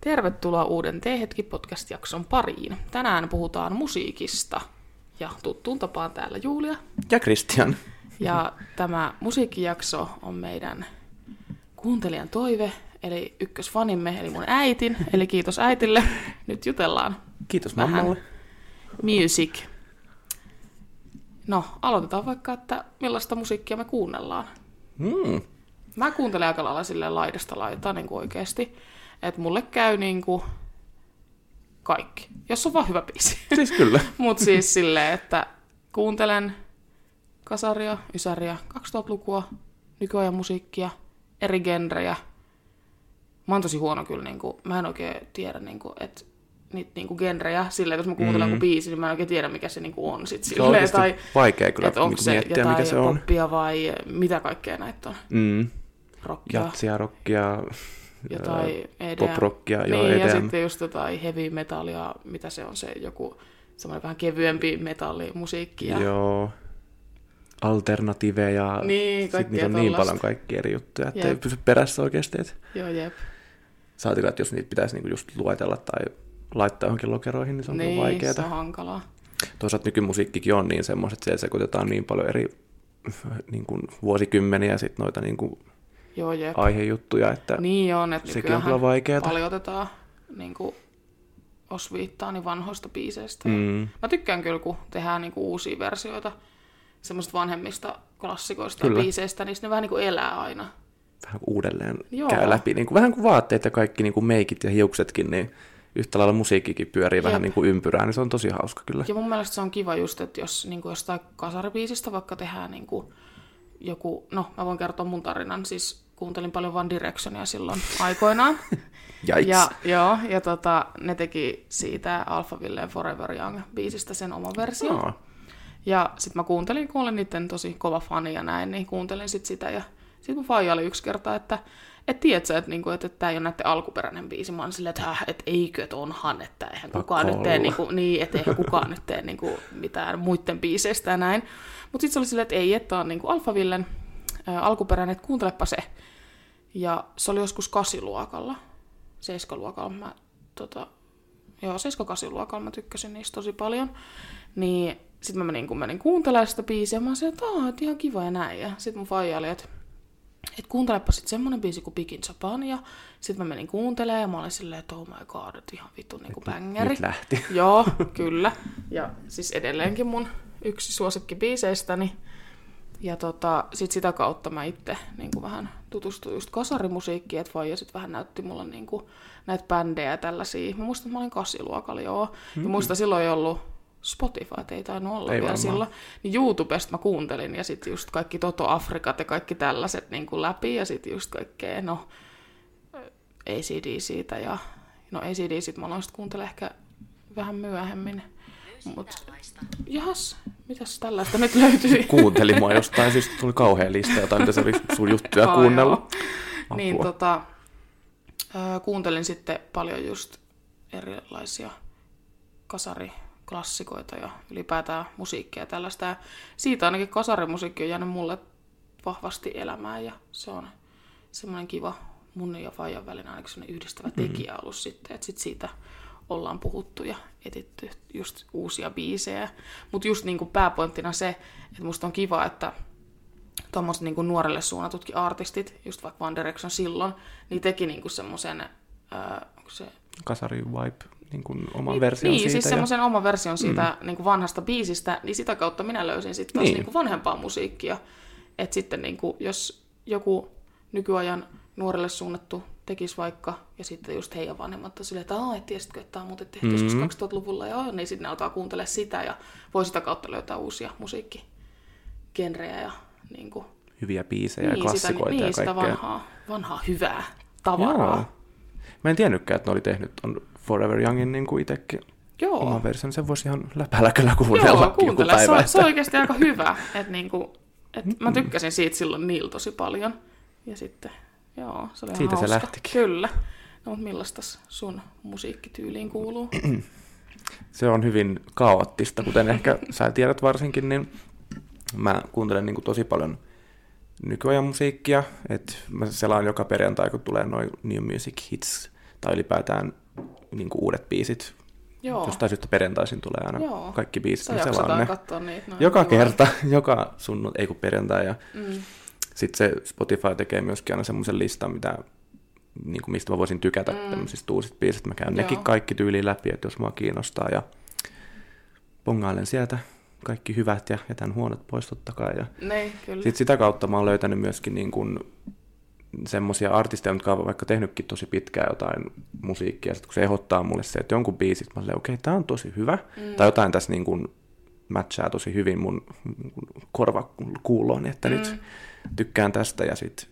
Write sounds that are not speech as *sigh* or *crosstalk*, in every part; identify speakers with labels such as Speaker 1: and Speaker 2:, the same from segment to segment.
Speaker 1: Tervetuloa uuden T-hetki podcast-jakson pariin. Tänään puhutaan musiikista. Ja tuttuun tapaan täällä Julia.
Speaker 2: Ja Christian.
Speaker 1: Ja tämä musiikkijakso on meidän kuuntelijan toive, eli ykkösfanimme, eli mun äitin. Eli kiitos äitille. Nyt jutellaan.
Speaker 2: Kiitos
Speaker 1: Vähän.
Speaker 2: mammalle.
Speaker 1: Music. No, aloitetaan vaikka, että millaista musiikkia me kuunnellaan.
Speaker 2: Mm.
Speaker 1: Mä kuuntelen aika lailla silleen laidasta laitaan niin oikeasti. Että mulle käy niin kuin kaikki, jos on vaan hyvä biisi. *laughs*
Speaker 2: Siis kyllä.
Speaker 1: Mutta
Speaker 2: *laughs*
Speaker 1: siis silleen, että kuuntelen kasaria, ysäriä, 2000-lukua, nykyajan musiikkia, eri genrejä. Mä oon tosi huono kyllä, niin kuin, mä en oikein tiedä, niin kuin, että niitä niin kuin genrejä silleen, että jos mä kuuntelen mm. joku biisi, niin mä en oikein tiedä, mikä se niin kuin on sit
Speaker 2: Se on
Speaker 1: silleen.
Speaker 2: oikeasti
Speaker 1: Tai,
Speaker 2: vaikea kyllä
Speaker 1: että onko
Speaker 2: niinku
Speaker 1: se
Speaker 2: miettiä,
Speaker 1: jotain
Speaker 2: mikä se on.
Speaker 1: poppia vai mitä kaikkea näitä on.
Speaker 2: Mm.
Speaker 1: Rockia,
Speaker 2: Jatsia, rockia,
Speaker 1: jotain EDM.
Speaker 2: poprockia, joo,
Speaker 1: niin, ja
Speaker 2: EDM.
Speaker 1: sitten just jotain heavy metallia, mitä se on se joku semmoinen vähän kevyempi metallimusiikki. Ja...
Speaker 2: joo, alternatiiveja.
Speaker 1: Niin,
Speaker 2: Sitten
Speaker 1: kaikkea
Speaker 2: niitä on niin
Speaker 1: tollasta.
Speaker 2: paljon kaikki eri juttuja, että ei
Speaker 1: Jep.
Speaker 2: pysy perässä oikeasti. Et
Speaker 1: Joo, jep.
Speaker 2: saatilla, että jos niitä pitäisi niinku just luetella tai laittaa johonkin lokeroihin, niin se on niin, vaikeaa.
Speaker 1: se on hankalaa.
Speaker 2: Toisaalta nykymusiikkikin on niin semmoista, että siellä sekoitetaan niin paljon eri niin kuin vuosikymmeniä sit noita niin kuin
Speaker 1: Joo, jep.
Speaker 2: aihejuttuja, että
Speaker 1: Niin on, että
Speaker 2: sekin on kyllä
Speaker 1: nykyäänhän
Speaker 2: vaikeaa.
Speaker 1: paljon otetaan niin kuin, osviittaa niin vanhoista biiseistä.
Speaker 2: Mm.
Speaker 1: Mä tykkään kyllä, kun tehdään niin kuin, uusia versioita semmoista vanhemmista klassikoista ja
Speaker 2: Kyllä.
Speaker 1: biiseistä, niin sit ne vähän niin kuin elää aina.
Speaker 2: vähän uudelleen
Speaker 1: Joo.
Speaker 2: Joo. käy läpi. Niin kuin, vähän kuin vaatteet ja kaikki niin kuin meikit ja hiuksetkin, niin yhtä lailla musiikkikin pyörii Jep. vähän niin kuin ympyrää, niin se on tosi hauska kyllä.
Speaker 1: Ja mun mielestä se on kiva just, että jos niin kuin jostain kasaribiisistä vaikka tehdään niin kuin joku, no mä voin kertoa mun tarinan, siis kuuntelin paljon One Directionia
Speaker 2: *laughs*
Speaker 1: silloin aikoinaan.
Speaker 2: Jaiks.
Speaker 1: Ja, joo, ja tota, ne teki siitä Alphavilleen Forever Young biisistä sen oman version.
Speaker 2: Joo.
Speaker 1: Ja sit mä kuuntelin, kun olen niiden tosi kova fani ja näin, niin kuuntelin sit sitä. Ja sit mun faija oli yksi kerta, että et tiedät sä, että, niinku, että, että tää ei ole näiden alkuperäinen biisi. Mä olin silleen, että häh, et eikö, että onhan, että eihän kukaan nyt tee,
Speaker 2: olla.
Speaker 1: niinku, niin, että eihän kukaan nyt tee niinku, mitään muiden biiseistä ja näin. Mut sit se oli silleen, että ei, että tää on niinku Alphavillen ää, alkuperäinen, että kuuntelepa se. Ja se oli joskus kasiluokalla, seiskaluokalla. Mä, tota, joo, seiskakasiluokalla mä tykkäsin niistä tosi paljon. Niin sit mä menin, kun menin kuuntelemaan sitä biisiä, mä sanoin, että aah, et ihan kiva ja näin. Ja sit mun faija oli, että et kuuntelepa sit semmonen biisi kuin Big in Japan. Ja sit mä menin kuuntelemaan ja mä olin silleen, että oh my god, että ihan vittu niinku bängeri.
Speaker 2: Nyt lähti.
Speaker 1: *laughs* Joo, kyllä. Ja siis edelleenkin mun yksi suosikkibiiseistäni. Ja tota, sit sitä kautta mä itse niin kuin vähän tutustuin just kasarimusiikkiin, että faija sit vähän näytti mulle niin kuin näitä bändejä ja tällaisia. Mä muistan, että mä olin kasiluokalla, joo. Mm. Ja muista silloin ei ollut Spotify, että ei tainnut olla
Speaker 2: Mm-hmm. Ei
Speaker 1: vielä
Speaker 2: varmaan.
Speaker 1: silloin. Niin YouTubesta mä kuuntelin ja sit just kaikki Toto Afrikat ja kaikki tällaiset niin kuin läpi ja sit just kaikkea, no ACD siitä ja no ACD sit mä aloin sit kuuntele ehkä vähän myöhemmin. Mut, jahas, mitäs tällaista nyt löytyi?
Speaker 2: Kuuntelin mua jostain, siis tuli kauhea lista jotain, mitä se oli sun juttuja
Speaker 1: Ai
Speaker 2: kuunnella.
Speaker 1: joo. Niin
Speaker 2: Apua.
Speaker 1: tota, ö, kuuntelin sitten paljon just erilaisia kasariklassikoita ja ylipäätään musiikkia ja tällaista. Ja siitä ainakin kasarimusiikki on jäänyt mulle vahvasti elämään ja se on semmoinen kiva mun ja Fajan välinen ainakin semmoinen yhdistävä
Speaker 2: Mm-hmm.
Speaker 1: tekijä ollut sitten, että sit siitä ollaan puhuttu ja etitty just uusia biisejä. Mutta just niinku pääpointtina se, että musta on kiva, että tuommoiset niin nuorelle suunnatutkin artistit, just vaikka One Direction silloin, niin teki niin semmoisen, onko se
Speaker 2: Kasari Vibe, niin kuin oman version
Speaker 1: niin,
Speaker 2: siitä.
Speaker 1: siis
Speaker 2: ja-
Speaker 1: semmoisen oman version siitä mm. niin vanhasta biisistä, niin sitä kautta minä löysin sitten taas niin.
Speaker 2: Niin.
Speaker 1: niin vanhempaa musiikkia. Että sitten niin kuin, jos joku nykyajan nuorelle suunnattu tekisi vaikka, ja sitten just heidän vanhemmat on silleen, että aah, et tiesitkö, että tämä on muuten tehty mm. joskus 2000-luvulla, ja niin sitten ne alkaa kuuntelemaan sitä, ja voi sitä kautta löytää uusia musiikkigenrejä ja niin kuin,
Speaker 2: Hyviä biisejä ja klassikoita
Speaker 1: sitä, niin,
Speaker 2: ja
Speaker 1: sitä
Speaker 2: kaikkea.
Speaker 1: vanhaa, vanhaa hyvää tavaraa.
Speaker 2: Mä en tiennytkään, että ne oli tehnyt on Forever Youngin niin kuin itsekin.
Speaker 1: Joo.
Speaker 2: Oma version, sen voisi ihan läpäläkällä kuunnella
Speaker 1: Joo,
Speaker 2: joku
Speaker 1: kuuntele.
Speaker 2: päivä.
Speaker 1: Se, on-
Speaker 2: että-
Speaker 1: se on oikeasti aika hyvä. Et niinku, et mä tykkäsin siitä silloin niillä tosi paljon. Ja sitten, joo, se oli ihan
Speaker 2: Siitä se
Speaker 1: hauska.
Speaker 2: lähtikin.
Speaker 1: Kyllä. No, mutta millaista sun musiikkityyliin kuuluu?
Speaker 2: se on hyvin kaoottista, kuten ehkä sä tiedät varsinkin, niin mä kuuntelen niin kuin tosi paljon nykyajan musiikkia, että mä selaan joka perjantai, kun tulee noin New Music Hits tai ylipäätään niin kuin uudet biisit.
Speaker 1: Joo.
Speaker 2: Jostain syystä perjantaisin tulee aina
Speaker 1: Joo.
Speaker 2: No, kaikki biisit,
Speaker 1: Sä
Speaker 2: niin
Speaker 1: jaksetaan
Speaker 2: sellainen.
Speaker 1: katsoa niitä. noin
Speaker 2: Joka
Speaker 1: juuri.
Speaker 2: kerta, *laughs* joka sunnut, ei kun perjantai. Ja
Speaker 1: Mm.
Speaker 2: sitten se Spotify tekee myöskin aina semmoisen listan, mitä, niin kuin mistä mä voisin tykätä mm. tämmöisistä uusista biisistä. Mä käyn
Speaker 1: Joo.
Speaker 2: nekin kaikki tyyliin läpi, että jos mua kiinnostaa ja bongailen sieltä kaikki hyvät ja jätän huonot pois totta kai. Ja
Speaker 1: Niin, kyllä.
Speaker 2: sitten sitä kautta mä oon löytänyt myöskin niin kuin semmoisia artisteja, jotka on vaikka tehnytkin tosi pitkään jotain musiikkia, sitten kun se ehdottaa mulle se, että jonkun biisit, mä okei, okay, tää on tosi hyvä, mm. tai jotain tässä niin kuin matchaa tosi hyvin mun niin kuin korvakuuloon, että mm. nyt tykkään tästä, ja sitten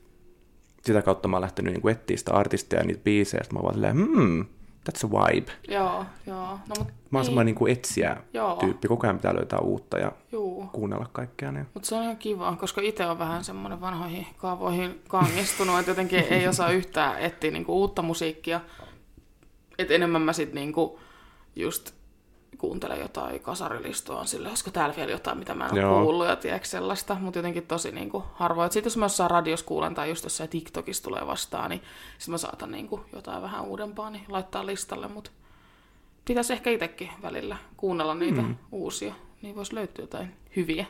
Speaker 2: sitä kautta mä oon lähtenyt niin etsiä sitä artistia ja niitä biisejä, sitten mä oon vaan silleen, hmm, that's a vibe.
Speaker 1: Joo, joo. No, mut,
Speaker 2: Mä oon
Speaker 1: niin,
Speaker 2: semmoinen niin etsiä
Speaker 1: Joo.
Speaker 2: tyyppi, koko ajan pitää löytää uutta ja
Speaker 1: Juu.
Speaker 2: kuunnella kaikkea. Niin.
Speaker 1: Mutta se on ihan kiva, koska itse on vähän semmoinen vanhoihin kaavoihin kangistunut, että jotenkin ei osaa yhtään etsiä niinku uutta musiikkia. Et enemmän mä sitten niinku just kuuntelen jotain kasarilistoa, on silleen, olisiko täällä vielä jotain, mitä mä en
Speaker 2: Joo.
Speaker 1: ole kuullut ja tiedätkö sellaista, mutta jotenkin tosi niinku harvoin. Sitten jos mä jossain radios kuulen tai just jossain TikTokissa tulee vastaan, niin sitten mä saatan niinku jotain vähän uudempaa niin laittaa listalle, mutta pitäisi ehkä itsekin välillä kuunnella niitä mm. uusia, niin voisi löytyä jotain hyviä,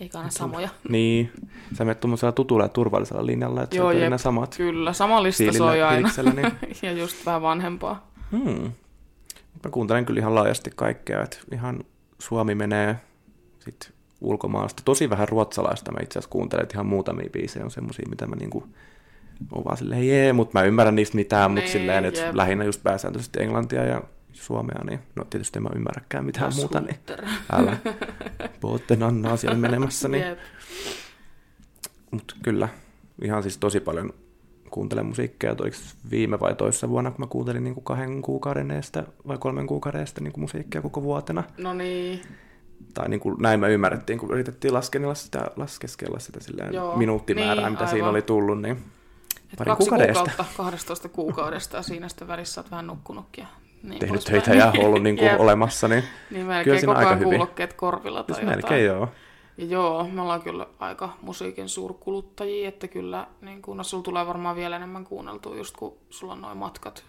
Speaker 1: eikä aina samoja.
Speaker 2: Niin, sä menet tuommoisella tutulla ja turvallisella linjalla, että Joo,
Speaker 1: Joo,
Speaker 2: sä
Speaker 1: jep.
Speaker 2: aina samat.
Speaker 1: Kyllä, sama lista
Speaker 2: Fiilillä-
Speaker 1: soi aina.
Speaker 2: fiiliksellä, niin.
Speaker 1: *laughs* ja just vähän vanhempaa.
Speaker 2: Hmm. Mä kuuntelen kyllä ihan laajasti kaikkea, että ihan Suomi menee sit ulkomaasta. Tosi vähän ruotsalaista mä itse asiassa kuuntelen, että ihan muutamia biisejä on semmosia, mitä mä niinku oon vaan silleen jee, mutta mä ymmärrän niistä mitään, mutta
Speaker 1: Niin,
Speaker 2: silleen, että
Speaker 1: jep.
Speaker 2: lähinnä just pääsääntöisesti englantia ja suomea, niin no tietysti en mä ymmärräkään mitään muuta, niin
Speaker 1: Sutter.
Speaker 2: älä.
Speaker 1: *laughs*
Speaker 2: Pootten Annaa siellä menemässä, niin
Speaker 1: Jep.
Speaker 2: Mutta kyllä, ihan siis tosi paljon kuuntelen musiikkia. Et Oliko viime vai toissa vuonna, kun mä kuuntelin niin kuin kahden kuukauden eestä vai kolmen kuukauden eestä niin kuin musiikkia koko vuotena.
Speaker 1: No niin,
Speaker 2: Tai niin kuin, näin me ymmärrettiin, kun yritettiin laskennella sitä, laskeskella sitä silleen
Speaker 1: Joo.
Speaker 2: minuuttimäärää,
Speaker 1: Niin,
Speaker 2: mitä siinä
Speaker 1: aivan.
Speaker 2: oli tullut. Niin
Speaker 1: Et
Speaker 2: Pari
Speaker 1: kaksi
Speaker 2: kuukauden edestä.
Speaker 1: kuukautta, 12 kuukaudesta ja siinä sitten välissä oot vähän nukkunutkin. Ja niin
Speaker 2: tehnyt
Speaker 1: poispäin.
Speaker 2: töitä ja ollut niin kuin
Speaker 1: *laughs* Jep.
Speaker 2: olemassa, niin
Speaker 1: Niin melkein
Speaker 2: Kyllä siinä
Speaker 1: koko ajan
Speaker 2: aika hyvin.
Speaker 1: kuulokkeet korvilla tai
Speaker 2: siis
Speaker 1: jotain.
Speaker 2: melkein joo.
Speaker 1: Ja joo, me ollaan kyllä aika musiikin suurkuluttajia, että kyllä niin kun, no, sulla tulee varmaan vielä enemmän kuunneltua just kun sulla on noin matkat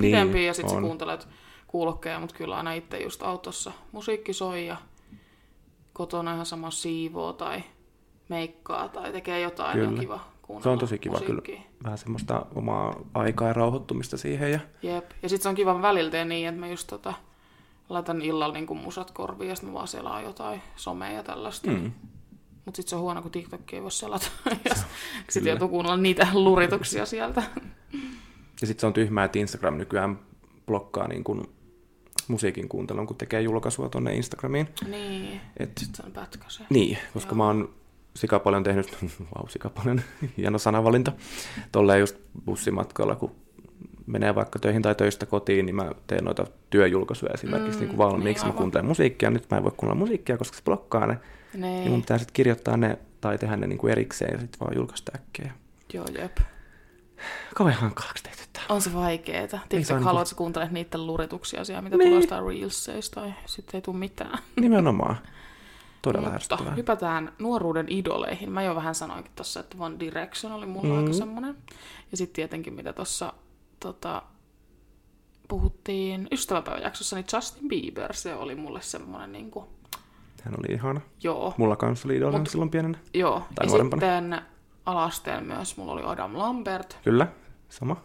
Speaker 1: pidempiä ja sitten sä
Speaker 2: Niin, on.
Speaker 1: kuuntelet kuulokkeja, mutta kyllä aina itse just autossa musiikki soi ja kotona ihan sama siivoo tai meikkaa tai tekee jotain, kyllä.
Speaker 2: Kyllä.
Speaker 1: on kiva kuunnella
Speaker 2: Se on tosi kiva kyllä.
Speaker 1: musiikkia.
Speaker 2: Vähän semmoista omaa aikaa ja rauhoittumista siihen ja
Speaker 1: Jep. Ja sitten se on kiva välillä tehdä niin, että mä just tota, laitan illalla niin musat korviin ja sitten mä vaan selaan jotain somea ja tällaista. Mm. Mutta sitten se on huono, kun TikTok ei voi *laughs* selata. ja sitten joutuu kuunnella niitä lurituksia *laughs* sieltä.
Speaker 2: Ja sitten se on tyhmää, että Instagram nykyään blokkaa niin kun musiikin kuuntelun, kun tekee julkaisua tuonne Instagramiin.
Speaker 1: niin,
Speaker 2: Et,
Speaker 1: se on pätkä se.
Speaker 2: niin, koska Joo. mä oon sika paljon tehnyt, *laughs* vau sika paljon, *laughs* hieno sanavalinta, tolleen just bussimatkalla, kun menee vaikka töihin tai töistä kotiin, niin mä teen noita työjulkaisuja esimerkiksi mm, niin kuin valmiiksi.
Speaker 1: niin
Speaker 2: mä
Speaker 1: aivan.
Speaker 2: kuuntelen musiikkia, nyt mä en voi kuunnella musiikkia, koska se blokkaa ne. Ja mun
Speaker 1: Niin,
Speaker 2: pitää sitten kirjoittaa ne tai tehdä ne niin kuin erikseen ja sitten vaan julkaista äkkiä.
Speaker 1: joo jep.
Speaker 2: Kauhean hankalaaksi tehty tää.
Speaker 1: On se vaikeeta.
Speaker 2: saa
Speaker 1: TikTok
Speaker 2: niinku-
Speaker 1: haluat, että sä kuuntelet niiden lurituksia siellä, mitä niin. tulee jostain reelseista tai sitten ei tule mitään.
Speaker 2: Nimenomaan. Todella
Speaker 1: Mutta
Speaker 2: ärsyttävää.
Speaker 1: hypätään nuoruuden idoleihin. Mä jo vähän sanoinkin tuossa, että One Direction oli mulla
Speaker 2: Mm.
Speaker 1: mm. aika semmoinen. Ja sitten tietenkin, mitä tuossa tota, puhuttiin ystäväpäiväjaksossa, niin Justin Bieber, se oli mulle semmoinen, niin kuin,
Speaker 2: Hän oli ihana.
Speaker 1: joo,
Speaker 2: Mulla kanssa oli idolina
Speaker 1: Mut-
Speaker 2: silloin pienenä.
Speaker 1: joo.
Speaker 2: Tai
Speaker 1: ja
Speaker 2: nuorempana.
Speaker 1: sitten alasteen myös mulla oli Adam Lambert.
Speaker 2: Kyllä, sama.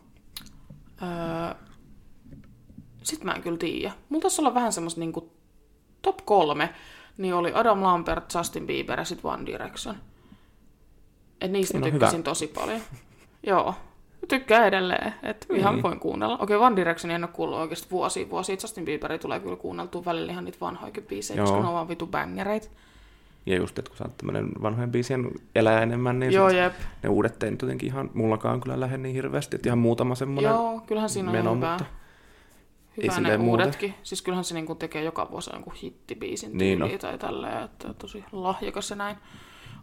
Speaker 1: Öö, sit mä en kyllä tiedä. Mulla taisi olla vähän semmos niinku top kolme, niin oli Adam Lambert, Justin Bieber ja sit One Direction. Et niistä
Speaker 2: Siinä
Speaker 1: mä
Speaker 2: on No hyvä.
Speaker 1: tykkäsin tosi paljon. *laughs* Joo. Tykkään edelleen, että ihan
Speaker 2: Niin.
Speaker 1: voin kuunnella. Okei, One Direction en ole kuullut oikeasti vuosia. Vuosia Justin Bieberi tulee kyllä kuunneltua välillä ihan niitä vanhoikin biisejä,
Speaker 2: Joo.
Speaker 1: koska ne on vaan vitu bängereitä.
Speaker 2: Ja just, että kun sä oot tämmönen vanhojen biisien elää enemmän, niin
Speaker 1: Joo,
Speaker 2: sit
Speaker 1: jep.
Speaker 2: ne uudet ei nyt jotenkin ihan, mullakaan kyllä lähde niin hirveästi, että ihan muutama semmoinen.
Speaker 1: Joo, kyllähän siinä on
Speaker 2: meno,
Speaker 1: meno, hyvää.
Speaker 2: mutta ei
Speaker 1: Hyvää ne
Speaker 2: silleen muuta.
Speaker 1: uudetkin. Siis kyllähän se niinku tekee joka vuosi jonkun hittibiisin
Speaker 2: Niin
Speaker 1: niin
Speaker 2: on.
Speaker 1: tai tälleen, että tosi lahjakas ja näin.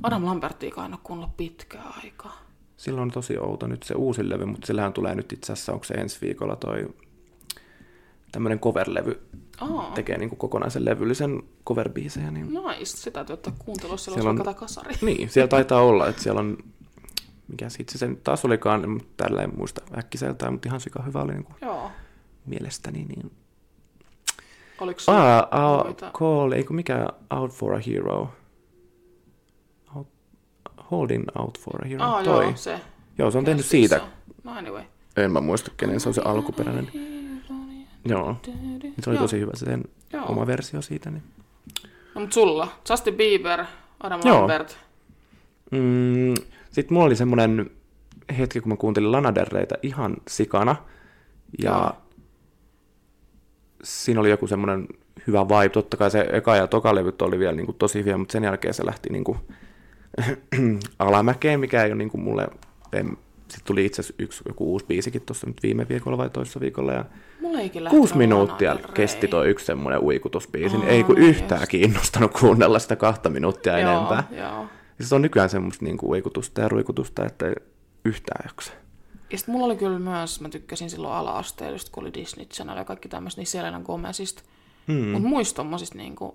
Speaker 1: Adam Lambertiikaan en ole kuunnellut pitkää aikaa.
Speaker 2: Sillä on tosi outo nyt se uusi levy, mutta sillähän tulee nyt itse asiassa, onko se ensi viikolla toi tämmönen cover-levy,
Speaker 1: Aa,
Speaker 2: tekee niin kuin kokonaisen levyllisen cover-biisejä, niin
Speaker 1: nice. Sitä täytyy ottaa kuuntelua silloin,
Speaker 2: Siellä
Speaker 1: jos
Speaker 2: on-
Speaker 1: on... kasari.
Speaker 2: Niin, siellä taitaa olla, että siellä on mikä itse sen taas olikaan, mutta tällä en muista äkkiseltään, mutta ihan sika hyvä oli niin kuin
Speaker 1: Joo.
Speaker 2: mielestäni. Niin...
Speaker 1: Oliko sulla
Speaker 2: Ah, ah,
Speaker 1: muita?
Speaker 2: call, eikö mikä Out for a Hero? Out, holding Out for a Hero,
Speaker 1: Ah,
Speaker 2: toi.
Speaker 1: joo, se.
Speaker 2: Joo, se on tehnyt
Speaker 1: Keräsi
Speaker 2: siitä.
Speaker 1: iso. No anyway. Niin,
Speaker 2: En mä muista, kenen se on se alkuperäinen. Joo, niin se oli
Speaker 1: Joo.
Speaker 2: tosi hyvä se sen
Speaker 1: Joo.
Speaker 2: oma versio siitä. Niin.
Speaker 1: No, mut sulla. Justin Bieber, Adam
Speaker 2: Joo.
Speaker 1: Lambert.
Speaker 2: Mm, Sitten mulla oli semmoinen hetki, kun mä kuuntelin Lana Del Reytä ihan sikana. Ja
Speaker 1: Joo.
Speaker 2: siinä oli joku semmoinen hyvä vibe. Totta kai se eka ja toka levyt oli vielä niin kuin tosi hyviä, mutta sen jälkeen se lähti niin kuin *clears throat* alamäkeen, mikä ei ole niin kuin mulle... Sitten tuli itse asiassa yksi joku uusi biisikin tuossa nyt viime viikolla vai toissa viikolla. Ja
Speaker 1: Mulla eikin lähtenyt
Speaker 2: kuusi minuuttia
Speaker 1: Lana Del Rey.
Speaker 2: kesti toi yksi semmoinen uikutusbiisi, niin
Speaker 1: Aa,
Speaker 2: ei kun
Speaker 1: no
Speaker 2: yhtään
Speaker 1: just.
Speaker 2: kiinnostanut kuunnella sitä kahta minuuttia
Speaker 1: Joo,
Speaker 2: enempää.
Speaker 1: Joo.
Speaker 2: Siis on nykyään semmoista niinku uikutusta ja ruikutusta, että ei yhtään jaksa.
Speaker 1: Ja sit mulla oli kyllä myös, mä tykkäsin silloin ala-asteella, just kun oli Disney Channel ja kaikki tämmöistä, niin Selena Gomezista. Mm. Mut muista tommosista niinku,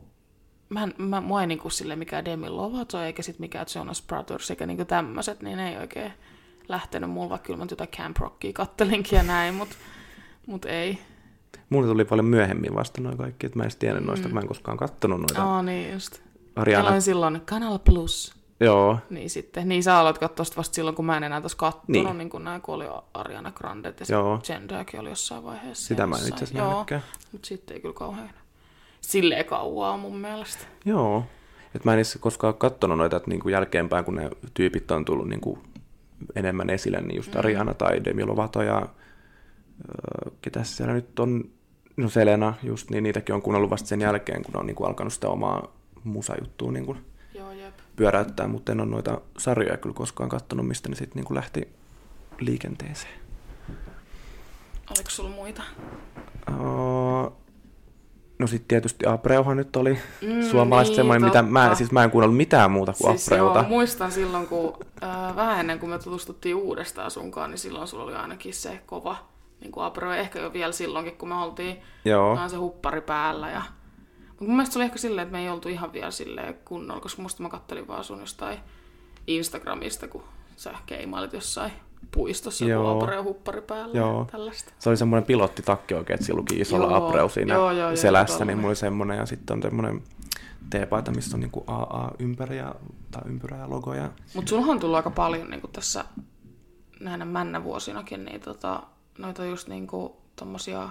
Speaker 1: mä, en- mä, mua ei niinku sille mikään Demi Lovato eikä sit mikään Jonas Brothers eikä niinku tämmöset, niin ei oikein lähtenyt mulla, vaikka kyllä mä nyt jotain Camp Rockia kattelinkin ja näin, mut, mut ei.
Speaker 2: Mulle tuli paljon myöhemmin vasta noin kaikki, että mä en edes tiennyt noista, mä en koskaan kattonut noita.
Speaker 1: Aa, niin just. Mä
Speaker 2: Ariana,
Speaker 1: aloin silloin Kanal Plus.
Speaker 2: joo,
Speaker 1: Niin sitten, niin sä aloit katsoa sitä vasta silloin, kun mä en enää tässä kattonut, niin,
Speaker 2: Niin.
Speaker 1: niin kun näin, kun oli Ariana Grande ja
Speaker 2: Joo.
Speaker 1: sitten Genderkin oli jossain vaiheessa.
Speaker 2: sitä mä en
Speaker 1: jossain.
Speaker 2: itse asiassa
Speaker 1: Joo,
Speaker 2: nähnytkään.
Speaker 1: mutta sitten ei kyllä kauhean. Silleen kauaa mun mielestä.
Speaker 2: Joo, että mä en edes koskaan kattonut noita, että niinku jälkeenpäin kun ne tyypit on tullut niinku enemmän esille, niin just Ariana tai Demi Lovato ja öö, ketä siellä nyt on, no Selena just, niin niitäkin on kuunnellut vasta sen jälkeen, kun ne on niinku alkanut sitä omaa musajuttua niinku
Speaker 1: Joo, jep.
Speaker 2: pyöräyttää, mutta en ole noita sarjoja kyllä koskaan katsonut, mistä ne sitten niinku lähti liikenteeseen.
Speaker 1: Oliko sulla muita?
Speaker 2: Uh, no sitten tietysti Apreohan nyt oli
Speaker 1: Mm,
Speaker 2: mm, suomalaiset
Speaker 1: niin,
Speaker 2: niin, semmoinen, mitä mä,
Speaker 1: totta.
Speaker 2: siis mä en kuunnellut mitään muuta kuin siis
Speaker 1: Siis joo,
Speaker 2: Apreota.
Speaker 1: muistan silloin, kun äh, vähän ennen kuin me tutustuttiin uudestaan sunkaan, niin silloin sulla oli ainakin se kova niin kuin apro, ehkä jo vielä silloinkin, kun me oltiin
Speaker 2: Joo,
Speaker 1: Tää on se huppari päällä. Ja... Mut mun mielestä se oli ehkä silleen, että me ei oltu ihan vielä silleen kunnolla, koska musta mä kattelin vaan sun jostain Instagramista, kun sä keimailit jossain puistossa
Speaker 2: Joo.
Speaker 1: Joo. ja huppari päällä ja
Speaker 2: Joo.
Speaker 1: tällaista.
Speaker 2: se oli semmoinen pilottitakki oikein, että sillä luki isolla
Speaker 1: Joo,
Speaker 2: joo, Apreo siinä
Speaker 1: joo, joo, joo,
Speaker 2: selässä,
Speaker 1: tollanen.
Speaker 2: niin mulla oli semmoinen. Ja sitten on semmoinen T-paita, missä on niinku AA ympäri ja, tai ympyrä ja logo. Ja...
Speaker 1: Mut sulhan on tullut aika paljon niin tässä näinä männävuosinakin niin tota, noita just niin kuin, tommosia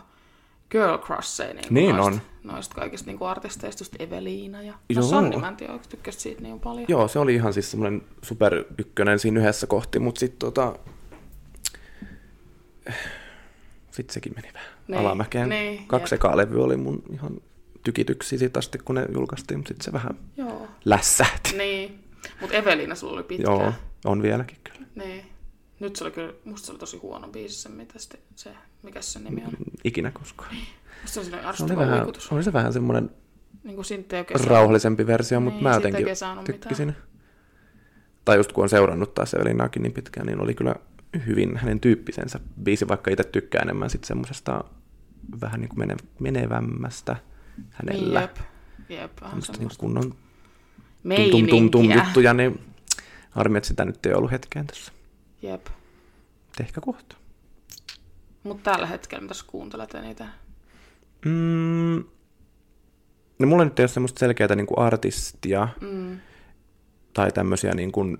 Speaker 1: girl crusheja niin
Speaker 2: Niin
Speaker 1: noista,
Speaker 2: on.
Speaker 1: noista kaikista niin artisteista, just Eveliina ja no
Speaker 2: Joo.
Speaker 1: Sanni, mä en tiedä, ootko tykkäsit siitä niin paljon.
Speaker 2: *laughs* Joo, se oli ihan siis semmoinen super ykkönen siinä yhdessä kohti, mutta sitten tota... Sitten sekin meni vähän
Speaker 1: Niin,
Speaker 2: niin, alamäkeen.
Speaker 1: niin,
Speaker 2: Niin, Kaksi
Speaker 1: jep.
Speaker 2: ekaa levyä oli mun ihan tykityksiä siitä asti, kun ne julkaistiin, mutta sitten se vähän
Speaker 1: Joo.
Speaker 2: lässähti.
Speaker 1: Niin, mutta Eveliina sulla oli pitkä.
Speaker 2: Joo, on vieläkin kyllä.
Speaker 1: Niin. Nyt se oli kyllä, musta se oli tosi huono biisi se, mitä se, se mikä se nimi on.
Speaker 2: Ikinä koskaan.
Speaker 1: Musta se oli sellainen
Speaker 2: Mm-hmm. Se oli,
Speaker 1: ärsyttävä
Speaker 2: vähän,
Speaker 1: uikutus.
Speaker 2: oli se vähän semmoinen
Speaker 1: Niin kuin Sintti ja kesä.
Speaker 2: rauhallisempi versio, mutta
Speaker 1: Niin,
Speaker 2: mä
Speaker 1: siitä
Speaker 2: jotenkin
Speaker 1: ei saanut
Speaker 2: tykkäsin. Tai just kun on seurannut taas Evelinaakin niin pitkään, niin oli kyllä hyvin hänen tyyppisensä biisi, vaikka itse tykkää enemmän sitten semmoisesta vähän niin kuin mene, menevämmästä
Speaker 1: Niin,
Speaker 2: hänellä.
Speaker 1: jep. Jep, vähän
Speaker 2: Semmoista niin
Speaker 1: semmoista
Speaker 2: kunnon tum tum tum tum
Speaker 1: meininkiä.
Speaker 2: juttuja, niin harmi, että sitä nyt ei ollut hetkeen tässä.
Speaker 1: Jep.
Speaker 2: Et Ehkä kohta.
Speaker 1: Mutta tällä hetkellä, mitä sä kuuntelet eniten?
Speaker 2: Mm. No mulla nyt ei ole semmoista selkeää niin artistia
Speaker 1: Mm.
Speaker 2: tai tämmöisiä, niin kuin,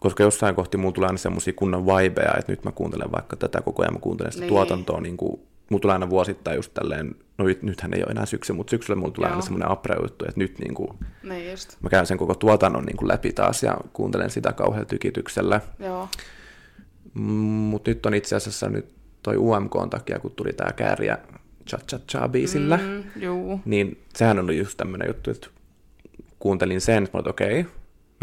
Speaker 2: koska jossain kohti mulla tulee aina semmoisia kunnon vibeja, että nyt mä kuuntelen vaikka tätä koko ajan, mä kuuntelen sitä
Speaker 1: Niin.
Speaker 2: niin. tuotantoa, niin kuin, mulla tulee aina vuosittain just tälleen, no nyt, nythän ei ole enää syksy, mutta syksyllä mulla tulee
Speaker 1: Joo.
Speaker 2: Joo. aina semmoinen aprejuttu, että nyt niin kuin,
Speaker 1: Niin just.
Speaker 2: mä käyn sen koko tuotannon niin kuin läpi taas ja kuuntelen sitä kauhealla tykityksellä.
Speaker 1: Joo.
Speaker 2: Mutta nyt on itse asiassa nyt toi UMK on takia, kun tuli tää kääriä cha cha cha biisillä, mm.
Speaker 1: Mm, juu.
Speaker 2: niin sehän on just tämmöinen juttu, että kuuntelin sen, että mä olin, että okei, mä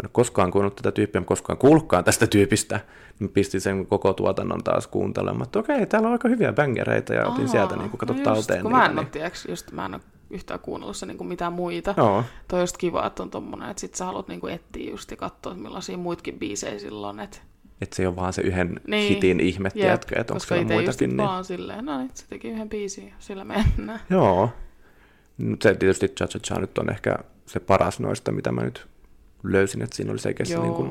Speaker 2: en ole koskaan kuunnellut tätä tyyppiä, mä en koskaan kuullutkaan tästä tyypistä. Mä pistin sen koko tuotannon taas kuuntelemaan, että okei, täällä on aika hyviä bängereitä ja otin
Speaker 1: Aa,
Speaker 2: sieltä niin kato
Speaker 1: just,
Speaker 2: talteen.
Speaker 1: Kun mä en
Speaker 2: niitä,
Speaker 1: ole, tiiäks, just mä en ole yhtään kuunnellut se niin mitään muita.
Speaker 2: niin, joo,
Speaker 1: Toi on just kiva, että on tommonen, että sit sä haluat niinku etsiä just ja katsoa, että millaisia muitkin biisejä sillä on, että
Speaker 2: että se ei ole vaan se yhden
Speaker 1: Niin.
Speaker 2: niin. hitin ihme,
Speaker 1: Jep,
Speaker 2: tiedätkö, että onko
Speaker 1: koska
Speaker 2: siellä
Speaker 1: ite just
Speaker 2: muitakin.
Speaker 1: Niin...
Speaker 2: Niin...
Speaker 1: Vaan silleen, no niin, se teki yhden biisin ja sillä mennään.
Speaker 2: Joo. Nyt se tietysti Cha Cha Cha nyt on ehkä se paras noista, mitä mä nyt löysin, että siinä oli se,
Speaker 1: Joo.
Speaker 2: niin kuin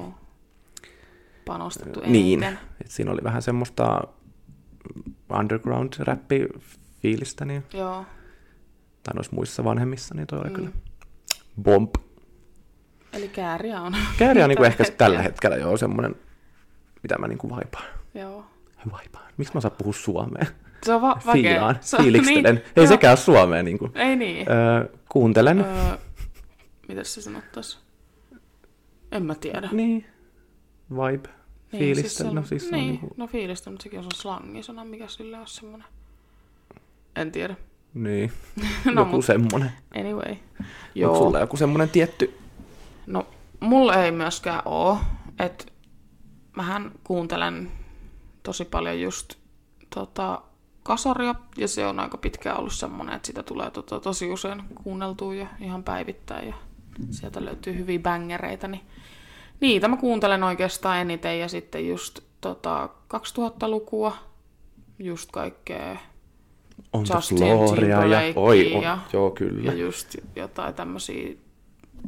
Speaker 1: panostettu eniten.
Speaker 2: Niin, et siinä oli vähän semmoista underground-räppi-fiilistä, niin,
Speaker 1: Joo.
Speaker 2: tai noissa muissa vanhemmissa, niin toi oli
Speaker 1: Mm.
Speaker 2: kyllä bomb.
Speaker 1: Eli kääriä on. *laughs*
Speaker 2: Kääriä on niin kuin ehkä
Speaker 1: Tällä
Speaker 2: tällä hetkellä jo semmoinen, mitä mä niin kuin vaipaan.
Speaker 1: Joo.
Speaker 2: Vaipaan. Miksi mä osaan puhua suomea?
Speaker 1: Se on va- *laughs* vaikea.
Speaker 2: Fiilaan,
Speaker 1: *laughs* Se on-
Speaker 2: fiilikstelen.
Speaker 1: Niin,
Speaker 2: Ei
Speaker 1: joo.
Speaker 2: sekään ole suomea. Niin kuin.
Speaker 1: Ei niin.
Speaker 2: Öö, kuuntelen.
Speaker 1: Öö, mitäs se sanottais? En mä tiedä.
Speaker 2: Niin. Vibe.
Speaker 1: Niin,
Speaker 2: Fiilistelen.
Speaker 1: siis se on-
Speaker 2: no siis se
Speaker 1: niin,
Speaker 2: on niin kuin,
Speaker 1: no fiilistä, mutta sekin on se slangisana, mikä sille on semmoinen. En tiedä.
Speaker 2: niin.
Speaker 1: *laughs* no,
Speaker 2: joku
Speaker 1: mut
Speaker 2: semmonen.
Speaker 1: anyway.
Speaker 2: Onko
Speaker 1: Joo.
Speaker 2: sulla joku semmonen tietty?
Speaker 1: No, mulla ei myöskään oo. Et mähän kuuntelen tosi paljon just tota, kasaria, ja se on aika pitkään ollut semmoinen, että sitä tulee tota, tosi usein kuunneltua ja ihan päivittäin, ja sieltä löytyy hyviä bängereitä, niin niitä mä kuuntelen oikeastaan eniten, ja sitten just tota, 2000-lukua, just kaikkea,
Speaker 2: On
Speaker 1: Justin
Speaker 2: Gloria ja
Speaker 1: Timberlake
Speaker 2: oi, on,
Speaker 1: ja-
Speaker 2: joo kyllä.
Speaker 1: ja just jotain tämmöisiä